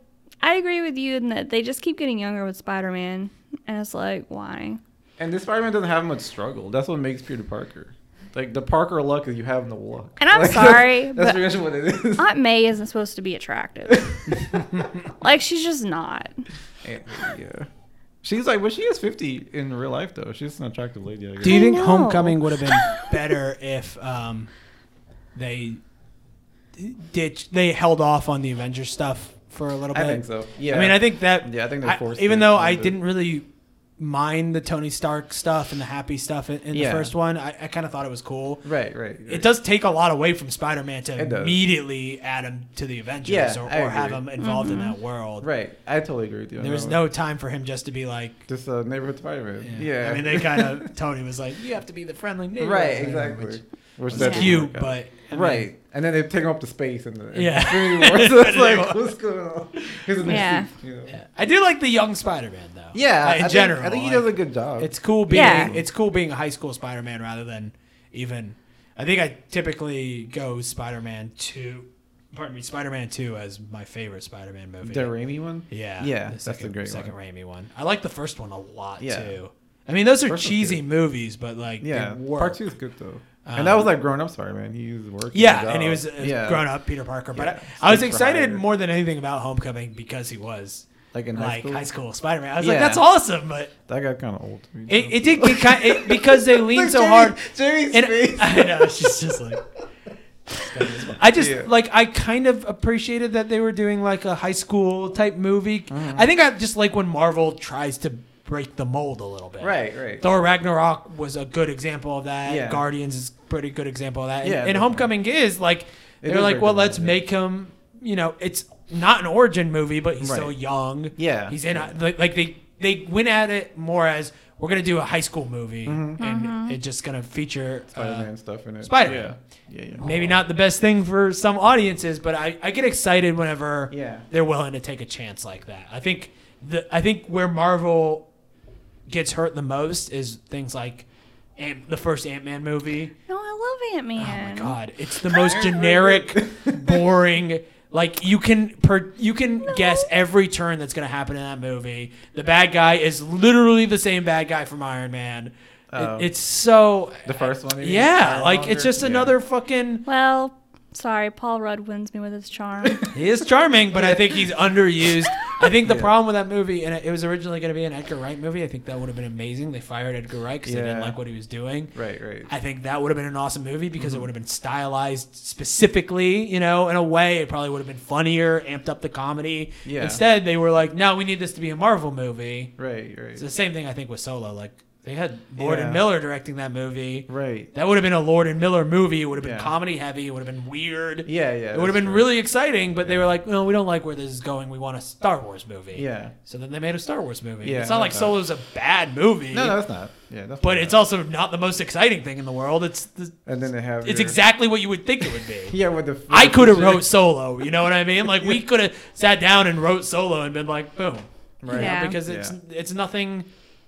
I agree with you in that they just keep getting younger with Spider Man, and it's like, why? And this Spider Man doesn't have much struggle. That's what makes Peter Parker. Like the Parker luck is you have no luck. And I'm Like, [LAUGHS] sorry, That's, that's but- pretty much what it is. Aunt May isn't supposed to be attractive. [LAUGHS] like, she's just not. [LAUGHS] And, yeah. She's like, well, she is 50 in real life though. She's an attractive lady. I guess. Do you I think know. Homecoming would have been better if um, they ditched, they held off on the Avengers stuff for a little I bit? think so. Yeah. I mean, I think that. Yeah, I think they forced even it though a I little bit. didn't really mind the Tony Stark stuff and the happy stuff in, in Yeah. the first one, I, I kind of thought it was cool. Right, right. It does take a lot away from Spider-Man to It does. immediately add him to the Avengers Yeah, or, I or have agree. him involved Mm-hmm. in that world. Right. I totally agree with you. on There that was one. no time for him just to be like, Just a neighborhood Spider Man. Yeah. I mean, they kind of Tony was like, "You have to be the friendly [LAUGHS] neighbor." Right, Whatever, exactly. which Which was that didn't cute, work out. but I mean, right, and then they take him up to space and the Yeah. [LAUGHS] Infinity War. So it's like, Infinity War. what's going on? He's in the Yeah. suit, you know? yeah. I do like the young Spider-Man though. Yeah, Uh, I in think- general, I think he like, does a good job. It's cool being Yeah. it's cool being a high school Spider-Man rather than even. I think I typically go Spider-Man two, pardon me, Spider-Man two as my favorite Spider-Man movie. the Raimi one. yeah, yeah, the that's second, a great second one. Raimi one. I like the first one a lot Yeah. too. I mean, those are First one's cheesy good. movies, but like Yeah, they work. part two is good though, Um, and that was like grown up Spider Man. He was working. Yeah, his and he job. was a yeah, grown up Peter Parker. But Yeah. I, I was Stage for excited hire. more than anything about Homecoming because he was like in high like school. high school Spider Man. I was like, Yeah. that's awesome, but That got kind of old. To me, it, too. it did get kind it, because they leaned Like so Jamie- hard. Jamie's And [LAUGHS] face. I know she's just [LAUGHS] like. I just Yeah. like I kind of appreciated that they were doing like a high school type movie. Mm-hmm. I think I just like when Marvel tries to break the mold a little bit. Right, right. Thor Ragnarok was a good example of that. Yeah. Guardians is a pretty good example of that. And, Yeah, and definitely. Homecoming is like It they're is like, very well, good let's movie. make him. You know, it's not an origin movie, but he's Right. still young. Yeah. he's in like, like they they went at it more as we're gonna do a high school movie Mm-hmm. and it's just gonna feature Spider uh, Man stuff in it. Spider-Man. Yeah, yeah, yeah. maybe not the best thing for some audiences, but I, I get excited whenever Yeah. they're willing to take a chance like that. I think the I think where Marvel gets hurt the most is things like Ant, the first Ant Man movie. No, I love Ant Man. Oh my god, it's the most [LAUGHS] generic, boring. Like you can per, you can guess every turn that's gonna happen in that movie. The bad guy is literally the same bad guy from Iron Man. It- Oh. it's so The first one. you mean? yeah, Ironmonger? like it's just Yeah. another fucking. Well, sorry, Paul Rudd wins me with [LAUGHS] his charm. He is charming, but I [LAUGHS] think he's underused. I think the problem with that movie, and it was originally going to be an Edgar Wright movie. I think that would have been amazing. They fired Edgar Wright because they didn't Yeah. like what he was doing. Right, right. I think that would have been an awesome movie because Mm-hmm. it would have been stylized specifically, you know, in a way. It probably would have been funnier, amped up the comedy. Yeah. Instead, they were like, no, we need this to be a Marvel movie. Right, right. It's the same thing I think with Solo. Like, They had Lord Yeah. and Miller directing that movie. Right. That would have been a Lord and Miller movie. It would have been Yeah. comedy heavy. It would have been weird. Yeah, yeah. it would have that's been true. really exciting, but they were like, "No, we don't like where this is going. We want a Star Wars movie." Yeah. So then they made a Star Wars movie. Yeah, it's not like okay. Solo's a bad movie. No, no, that's not. Yeah, that's But it's also not the most exciting thing in the world. It's the, And then they have. it's your- exactly what you would think it would [LAUGHS] be. Yeah, with the. with I the could have picture. wrote Solo. You know what I mean? Like we could have sat down and wrote Solo and been like, boom, right? Yeah. Because it's Yeah. it's nothing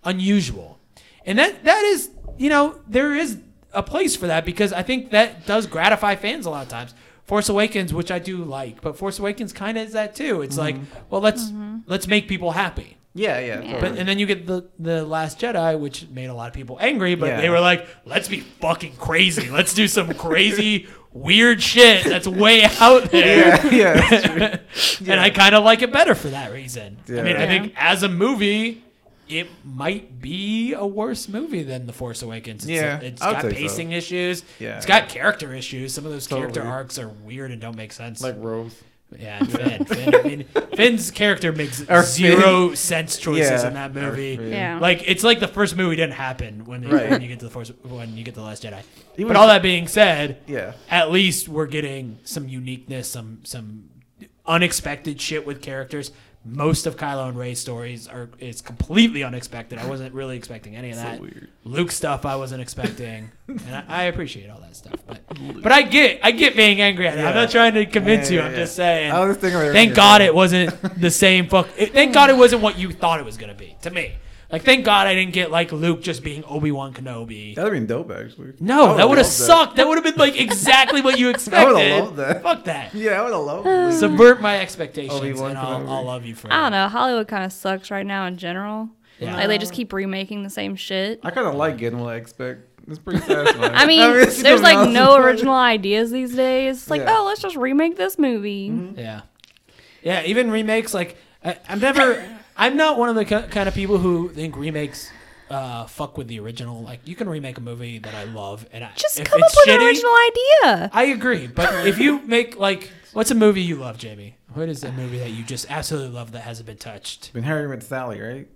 unusual, and that that is you know there is a place for that because I think that does gratify fans a lot of times. Force Awakens, which I do like, but Force Awakens kind of is that too. It's like, well, let's let's make people happy. Yeah, yeah. But [LAUGHS] totally. and then you get the the Last Jedi, which made a lot of people angry, but Yeah. they were like, "Let's be fucking crazy. Let's do some crazy [LAUGHS] weird shit that's way out there." yeah, [LAUGHS] yeah. that's [LAUGHS] true. And I kind of like it better for that reason. I mean, I Yeah. think as a movie, it might be a worse movie than The Force Awakens. It's Yeah, it's I would got say so. pacing issues. Yeah. it's got character issues. Some of those character Totally. arcs are weird and don't make sense. like Rose. Yeah, and Finn. Finn I mean, Finn's character makes Or zero sense choices Yeah. in that Or movie. Finn. Yeah. Like it's like the first movie didn't happen when, Right. when you get to the first when you get to the Last Jedi. Even but if- all that being said, Yeah. at least we're getting some uniqueness, some some unexpected shit with characters. Most of Kylo and Ray's stories are is completely unexpected. I wasn't really expecting any of that. weird. Luke stuff I wasn't expecting, and I, I appreciate all that stuff. [LAUGHS] But but I get I get being angry at it. Yeah. I'm not trying to convince Yeah, you. yeah, I'm yeah. just saying. I was thinking about Thank everything. God it wasn't the same fuck. it- Thank God it wasn't what you thought it was gonna be. To me, like thank God I didn't get like Luke just being Obi Wan Kenobi. That would have been dope, actually. I No, that would have loved sucked. That, would have been like exactly what [LAUGHS] you expected. loved that. Fuck that. [LAUGHS] Yeah, I would have [SIGHS] loved it. Subvert my expectations, Obi-Wan and I'll, Kenobi. I'll love you forever. I don't know. Hollywood kind of sucks right now in general. Yeah. Like they just keep remaking the same shit. I kind of like getting what I expect. It's pretty satisfying. [LAUGHS] [LAUGHS] I mean, it's there's like nothing no else. original [LAUGHS] ideas these days. It's like, Yeah. oh, let's just remake this movie. Yeah, yeah. Even remakes, like I, I'm [LAUGHS] never, I'm not one of the ki- kind of people who think remakes uh, fuck with the original. Like you can remake a movie that I love, and I, Just if come up it's with an shitty, original idea. I agree, but if you make like, what's a movie you love, Jamie? What is a movie that you just absolutely love that hasn't been touched? When Harry met Sally, right?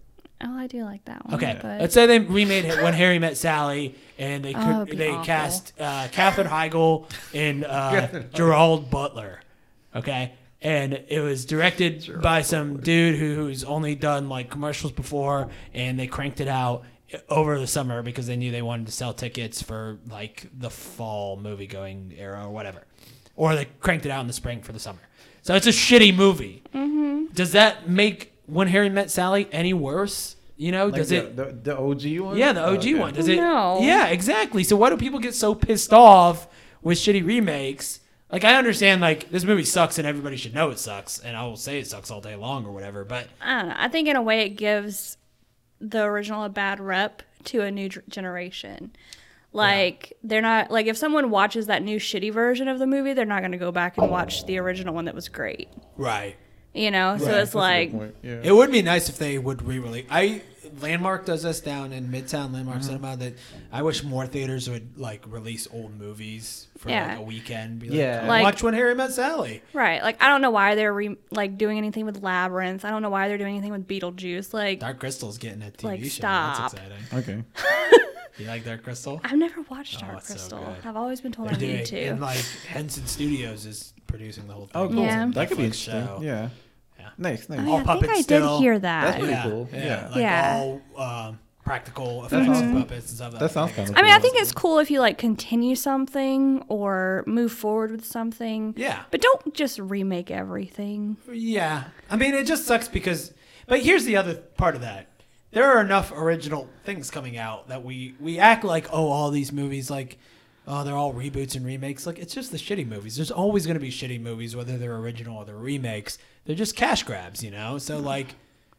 Oh, I do like that one. Okay, but- let's say they remade it when Harry met Sally, and they could, Oh, it'd be they awful. cast uh, Catherine Heigl and uh, Gerald Butler. Okay, and it was directed by some dude who, who's only done like commercials before, and they cranked it out over the summer because they knew they wanted to sell tickets for like the fall movie going era or whatever, or they cranked it out in the spring for the summer. So it's a shitty movie. Does that make When Harry Met Sally any worse? You know, Like does the, it? The, the OG one? Yeah, the Oh, OG okay. one. Does it? No. Yeah, exactly. So why do people get so pissed off with shitty remakes? Like I understand, like this movie sucks and everybody should know it sucks, and I will say it sucks all day long or whatever. But I don't know. I think in a way it gives the original a bad rep to a new dr- generation. Like they're not like if someone watches that new shitty version of the movie, they're not going to go back and watch the original one that was great. right, You know, so it's like Point, Yeah. It would be nice if they would re-release. I Landmark does us down in Midtown Landmark Uh-huh. Cinema that I wish more theaters would like release old movies for Yeah. like a weekend. Be Yeah. like, Like- watch when Harry Met Sally. right. Like I don't know why they're re- like doing anything with Labyrinth. I don't know why they're doing anything with Beetlejuice. Like Dark Crystal's getting a TV Like, show. stop. That's exciting. [LAUGHS] Okay. You like Dark Crystal? I've never watched Dark Oh, it's so Crystal. good. I've always been told I They're need doing, and to. like Henson Studios is producing the whole thing. Oh, cool. Yeah. That could be Netflix interesting. show. Yeah. Yeah. Nice, nice. all I think puppets I still. did hear That's that. pretty cool. Yeah. like Yeah. Uh-huh. all um, practical effects and puppets and stuff. That sounds kind of I mean, cool. I think it's cool if you like continue something or move forward with something. Yeah. But don't just [LAUGHS] remake everything. Yeah. I mean, it just sucks because. But here's the other part of that. There are enough original things coming out that we we act like oh all these movies like oh they're all reboots and remakes like it's just the shitty movies. There's always going to be shitty movies whether they're original or they're remakes. They're just cash grabs, you know. So like,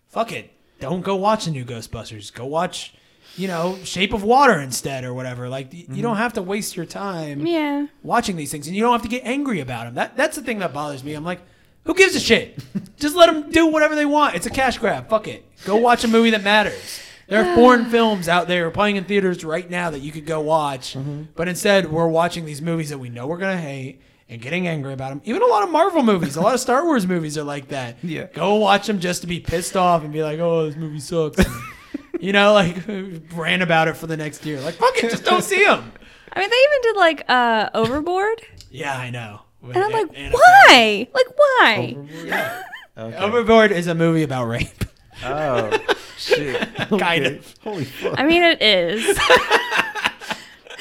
fuck it. Don't go watch the new Ghostbusters. Go watch, you know, Shape of Water instead or whatever. Like y you don't have to waste your time Yeah. watching these things, and you don't have to get angry about them. That that's the thing that bothers me. I'm like, who gives a shit? Just let them do whatever they want. It's a cash grab. Fuck it. Go watch a movie that matters. There are foreign films out there playing in theaters right now that you could go watch, but instead we're watching these movies that we know we're gonna hate and getting angry about them. Even a lot of Marvel movies, a lot of Star Wars movies are like that. Yeah. Go watch them just to be pissed off and be like, oh, this movie sucks. you know, like [LAUGHS] ran about it for the next year. Like, fuck it, just don't see him. I mean, they even did like uh, Overboard, Yeah, I know. and I'm like, why? Like, why? [LAUGHS] Overboard? Okay. Overboard is a movie about [LAUGHS] rape. [LAUGHS] Oh shit! Kind Okay. of. Holy fuck! I mean, [LAUGHS] it is.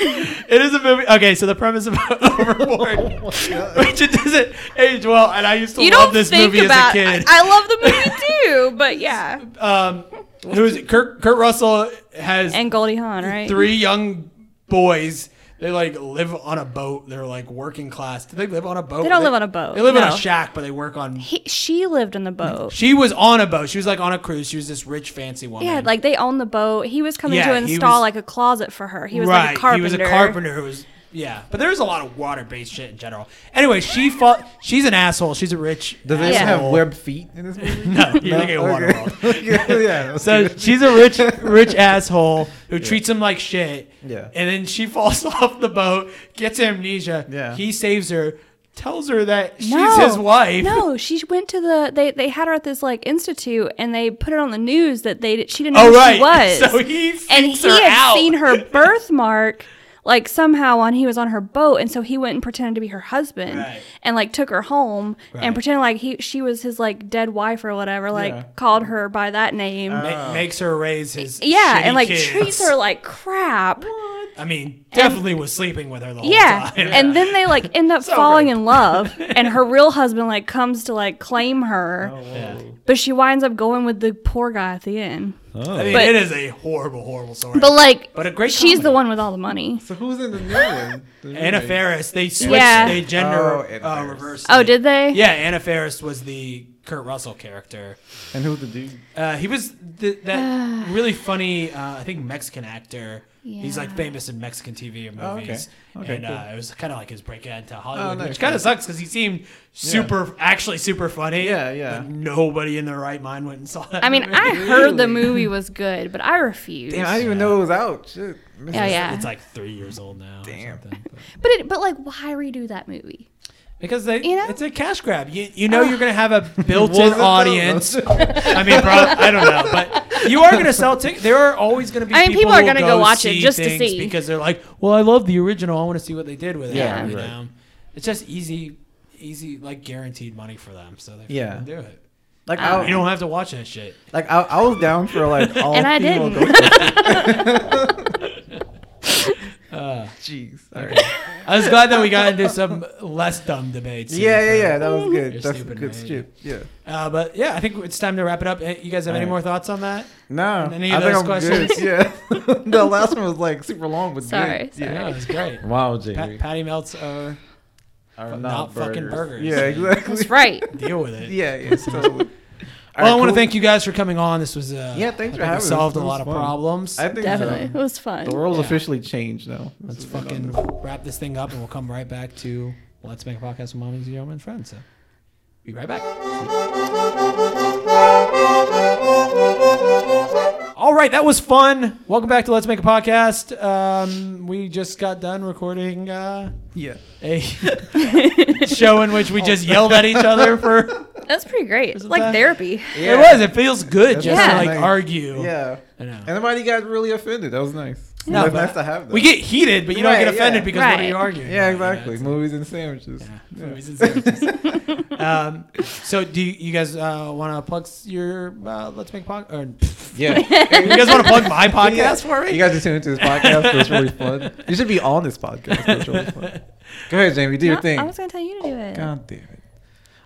It is a movie. Okay, so the premise of [LAUGHS] [LAUGHS] Overboard, which it doesn't age well, and I used to Oh you love don't this think movie as about. a kid. I, I love the [LAUGHS] movie too, but yeah. um, who's Kurt? Kurt Russell has And Goldie Hawn, right? three young boys. They like live on a boat. They're like working class. Do they live on a boat? They don't live on a boat, They live in a no. shack, but they work on. He, she lived in the boat. She was on a boat. She was like on a cruise. She was this rich, fancy woman. Yeah, like they owned the boat. He was coming Yeah, to he install was- like a closet for her. He was right. like a carpenter. He was a carpenter who was. Yeah, but there's a lot of water-based shit in general. Anyway, she fought. She's an asshole. She's a rich. Does anyone Yeah. have asshole. web feet in this [LAUGHS] movie? No, you're looking at water okay. [LAUGHS] world. [LAUGHS] Okay, yeah. So okay. she's a rich, [LAUGHS] rich asshole who treats him like shit. Yeah. And then she [LAUGHS] falls off the boat, gets amnesia. Yeah. He saves her, tells her that she's No, his wife. No, she went to the they they had her at this like institute and they put it on the news that they she didn't [LAUGHS] know Oh who right. [LAUGHS] she was. So he seeks and he her had out. [LAUGHS] seen her birthmark like somehow on he was on her boat and so he went and pretended to be her husband Right. and like took her home Right. and pretended like he she was his like dead wife or whatever like Yeah. called her by that name Oh. Ma- makes her raise his. yeah shitty and like kids. treats her like crap I mean, definitely was sleeping with her the whole yeah. time. and then they like end up So falling rude. [LAUGHS] in love and her real husband like comes to like claim her Yeah. but she winds up going with the poor guy at the end I mean, But- it is a horrible, horrible story. but like But a great she's the comedy. one with all the money So who's in the new one? The Anna remake? Faris, they switched Yeah. they gender Oh, Anna uh, Faris. reversed. oh it. did they Yeah, Anna Faris was the Kurt Russell character. And who's the dude? Uh, he was th- that [SIGHS] really funny, uh, I think Mexican actor. He's like Yeah. famous in Mexican TV and Oh, okay. movies, Okay, and uh, it was kind of like his breakout into Hollywood, Oh, nice, which kind of nice. sucks because he seemed super, actually super funny. Yeah, yeah. But nobody in their right mind went and saw that. I mean, movie. I heard the movie was good, but I refused. Damn, I didn't even know it was out. Shit. yeah, yeah. it's like three years old now. or Damn. something, but- but it, but like, why redo that movie? Because they, You know? it's a cash grab. You, you know you're gonna have [LAUGHS] a built-in Was it though? audience. I mean, prob- I don't know, but you are gonna sell tickets. There are always gonna be. I mean, people who are will gonna go watch it see just to things see. because they're like, well, I love the original. I want to see what they did with it. Yeah, you right. know? It's just easy, easy like guaranteed money for them, so they Yeah. fucking do it. [LAUGHS] Like Uh, I, You don't have to watch that shit. like I, I was down for [LAUGHS] like all And I female didn't. [LAUGHS] Uh, Jeez. All right. I was glad that we got into some less dumb debates. here Yeah, yeah, for- yeah. That was good. You're That's stupid, good man. shit. Yeah. Uh, but yeah, I think it's time to wrap it up. Eh, You guys have All any right. more thoughts on that? No. Any I of think those I'm questions? good. [LAUGHS] Yeah. the last one was like super long, but Sorry, good. sorry. Yeah, it was [LAUGHS] great. Wow, Pa- Patty melts are Are not fucking burgers. Yeah, [LAUGHS] exactly. That's right. deal with it. [LAUGHS] Yeah, yeah. Totally. Well, I want to thank you guys for coming on. This was uh, I Yeah, thanks for think having we us. solved a This lot was of fun. problems. I think Definitely, it so. was fun. The world's Yeah. officially changed now. Let's fucking wrap this thing up, and we'll come right back to Let's Make a Podcast with Mommy and Gio and Friends. So, be right back. All right, that was fun. Welcome back to Let's Make a Podcast. Um, we just got done recording uh, Yeah. a [LAUGHS] show in which we just yelled at each other for. That's pretty great. It's like that- therapy. Yeah. It was. It feels good That's just to awesome. like Nice. argue. Yeah. I know. And nobody got really offended. That was nice. No, No, but nice to have that. We get heated, but you Right, don't get offended yeah. because what are Right. you arguing? Yeah, about, exactly. you know? Movies and sandwiches. Yeah, movies and sandwiches. [LAUGHS] um, so, do you, you guys uh, want to plug s- your uh, Let's Make Podcast? Or [LAUGHS] [LAUGHS] Yeah. you guys want to plug my podcast for me? You guys are tuning into this podcast. so It's really fun. You should be on this podcast. so It's [LAUGHS] really fun. Go ahead, Jamie. Do your No, thing. I was gonna tell you to do it. God damn it.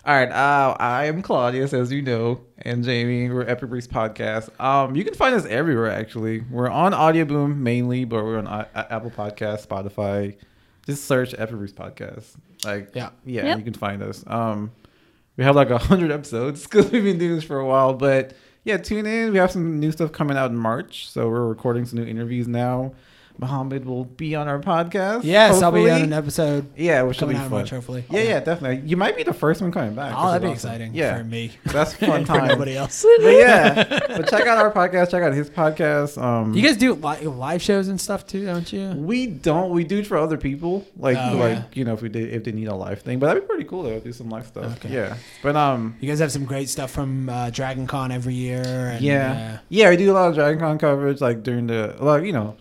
All right. Uh, I am Claudius, as you know, and Jamie. We're Epic Breeze Podcast. Um, you can find us everywhere, actually. We're on Audio Boom mainly, but we're on I- I- Apple Podcasts, Spotify. Just search Epic Breeze Podcast. Like, Yeah. yeah, Yep. you can find us. Um, we have like a hundred episodes [LAUGHS] because we've been doing this for a while. But yeah, tune in. We have some new stuff coming out in March, so we're recording some new interviews now. Muhammad will be on our podcast. Yes, I'll be on hopefully. an episode Yeah, which will be coming out of fun. March, hopefully. Yeah, yeah, definitely. You might be the first one coming back. Oh, which that'd be is awesome. exciting Yeah, for me. [LAUGHS] that's a fun And for time. nobody else. But yeah, but check out our podcast. Check out his podcast. Um, You guys do li- live shows and stuff too, don't you? we don't. We do it for other people, like Oh, like yeah. you know if we did if they need a live thing. But that'd be pretty cool though. Do some live stuff. Okay. Yeah, but um, You guys have some great stuff from uh, Dragon Con every year. And, yeah, yeah, we do a lot of Dragon Con coverage, like during the like you know,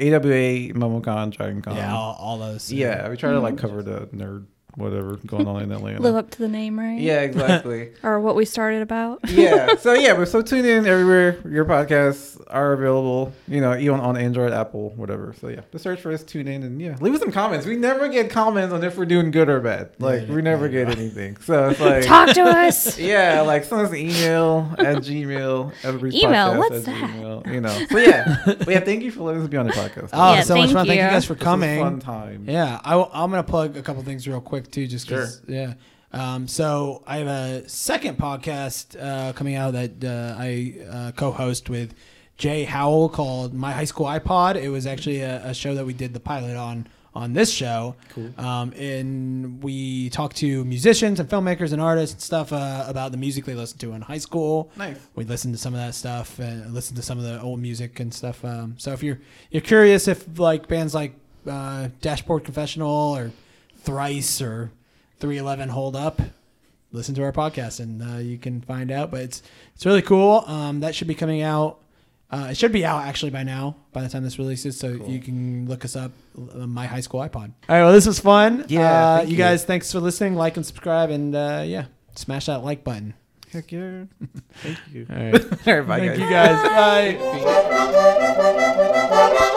AWA, MomoCon, Dragon uh, Con. yeah, all, all those. uh, yeah. We try to like cover the nerd whatever going on in [LAUGHS] Atlanta. Live up to the name, right? yeah, exactly. Or what we started about. yeah. So yeah, but so tune in everywhere your podcasts are available. You know, even on Android, Apple, whatever. So yeah, just search for us, tune in, and yeah, leave us some comments. We never get comments on if we're doing good or bad. Like we never get anything. So it's like. Talk [LAUGHS] to us. yeah, like send us an email at Gmail. Every Email, podcast what's at that? Gmail, you know. So yeah, but yeah. Thank you for letting us be on the podcast. Oh, Yeah, so much thank fun! Thank you you. guys for This was coming. Fun time. Yeah, I, am gonna plug a couple things real quick too, just 'cause- yeah. Um, so I have a second podcast uh, coming out that uh, I uh, co-host with Jay Howell called My High School iPod. It was actually a, a show that we did the pilot on on this show. Cool. Um, and we talked to musicians and filmmakers and artists and stuff uh, about the music they listened to in high school. Nice. We listened to some of that stuff and listened to some of the old music and stuff. Um, so if you're you're curious if like bands like uh, Dashboard Confessional or Thrice or 311 Hold Up, listen to our podcast and uh, you can find out. But it's it's really cool. Um, that should be coming out. Uh, it should be out actually by now, by the time this releases. So you can look us up, uh, my high school iPod. All right, well, this was fun. Yeah, Uh, thank you you. guys, thanks for listening. Like and subscribe, and uh, yeah, smash that like button. Heck yeah. Thank you. All right. All right, bye Thank guys. you guys. Bye. Bye.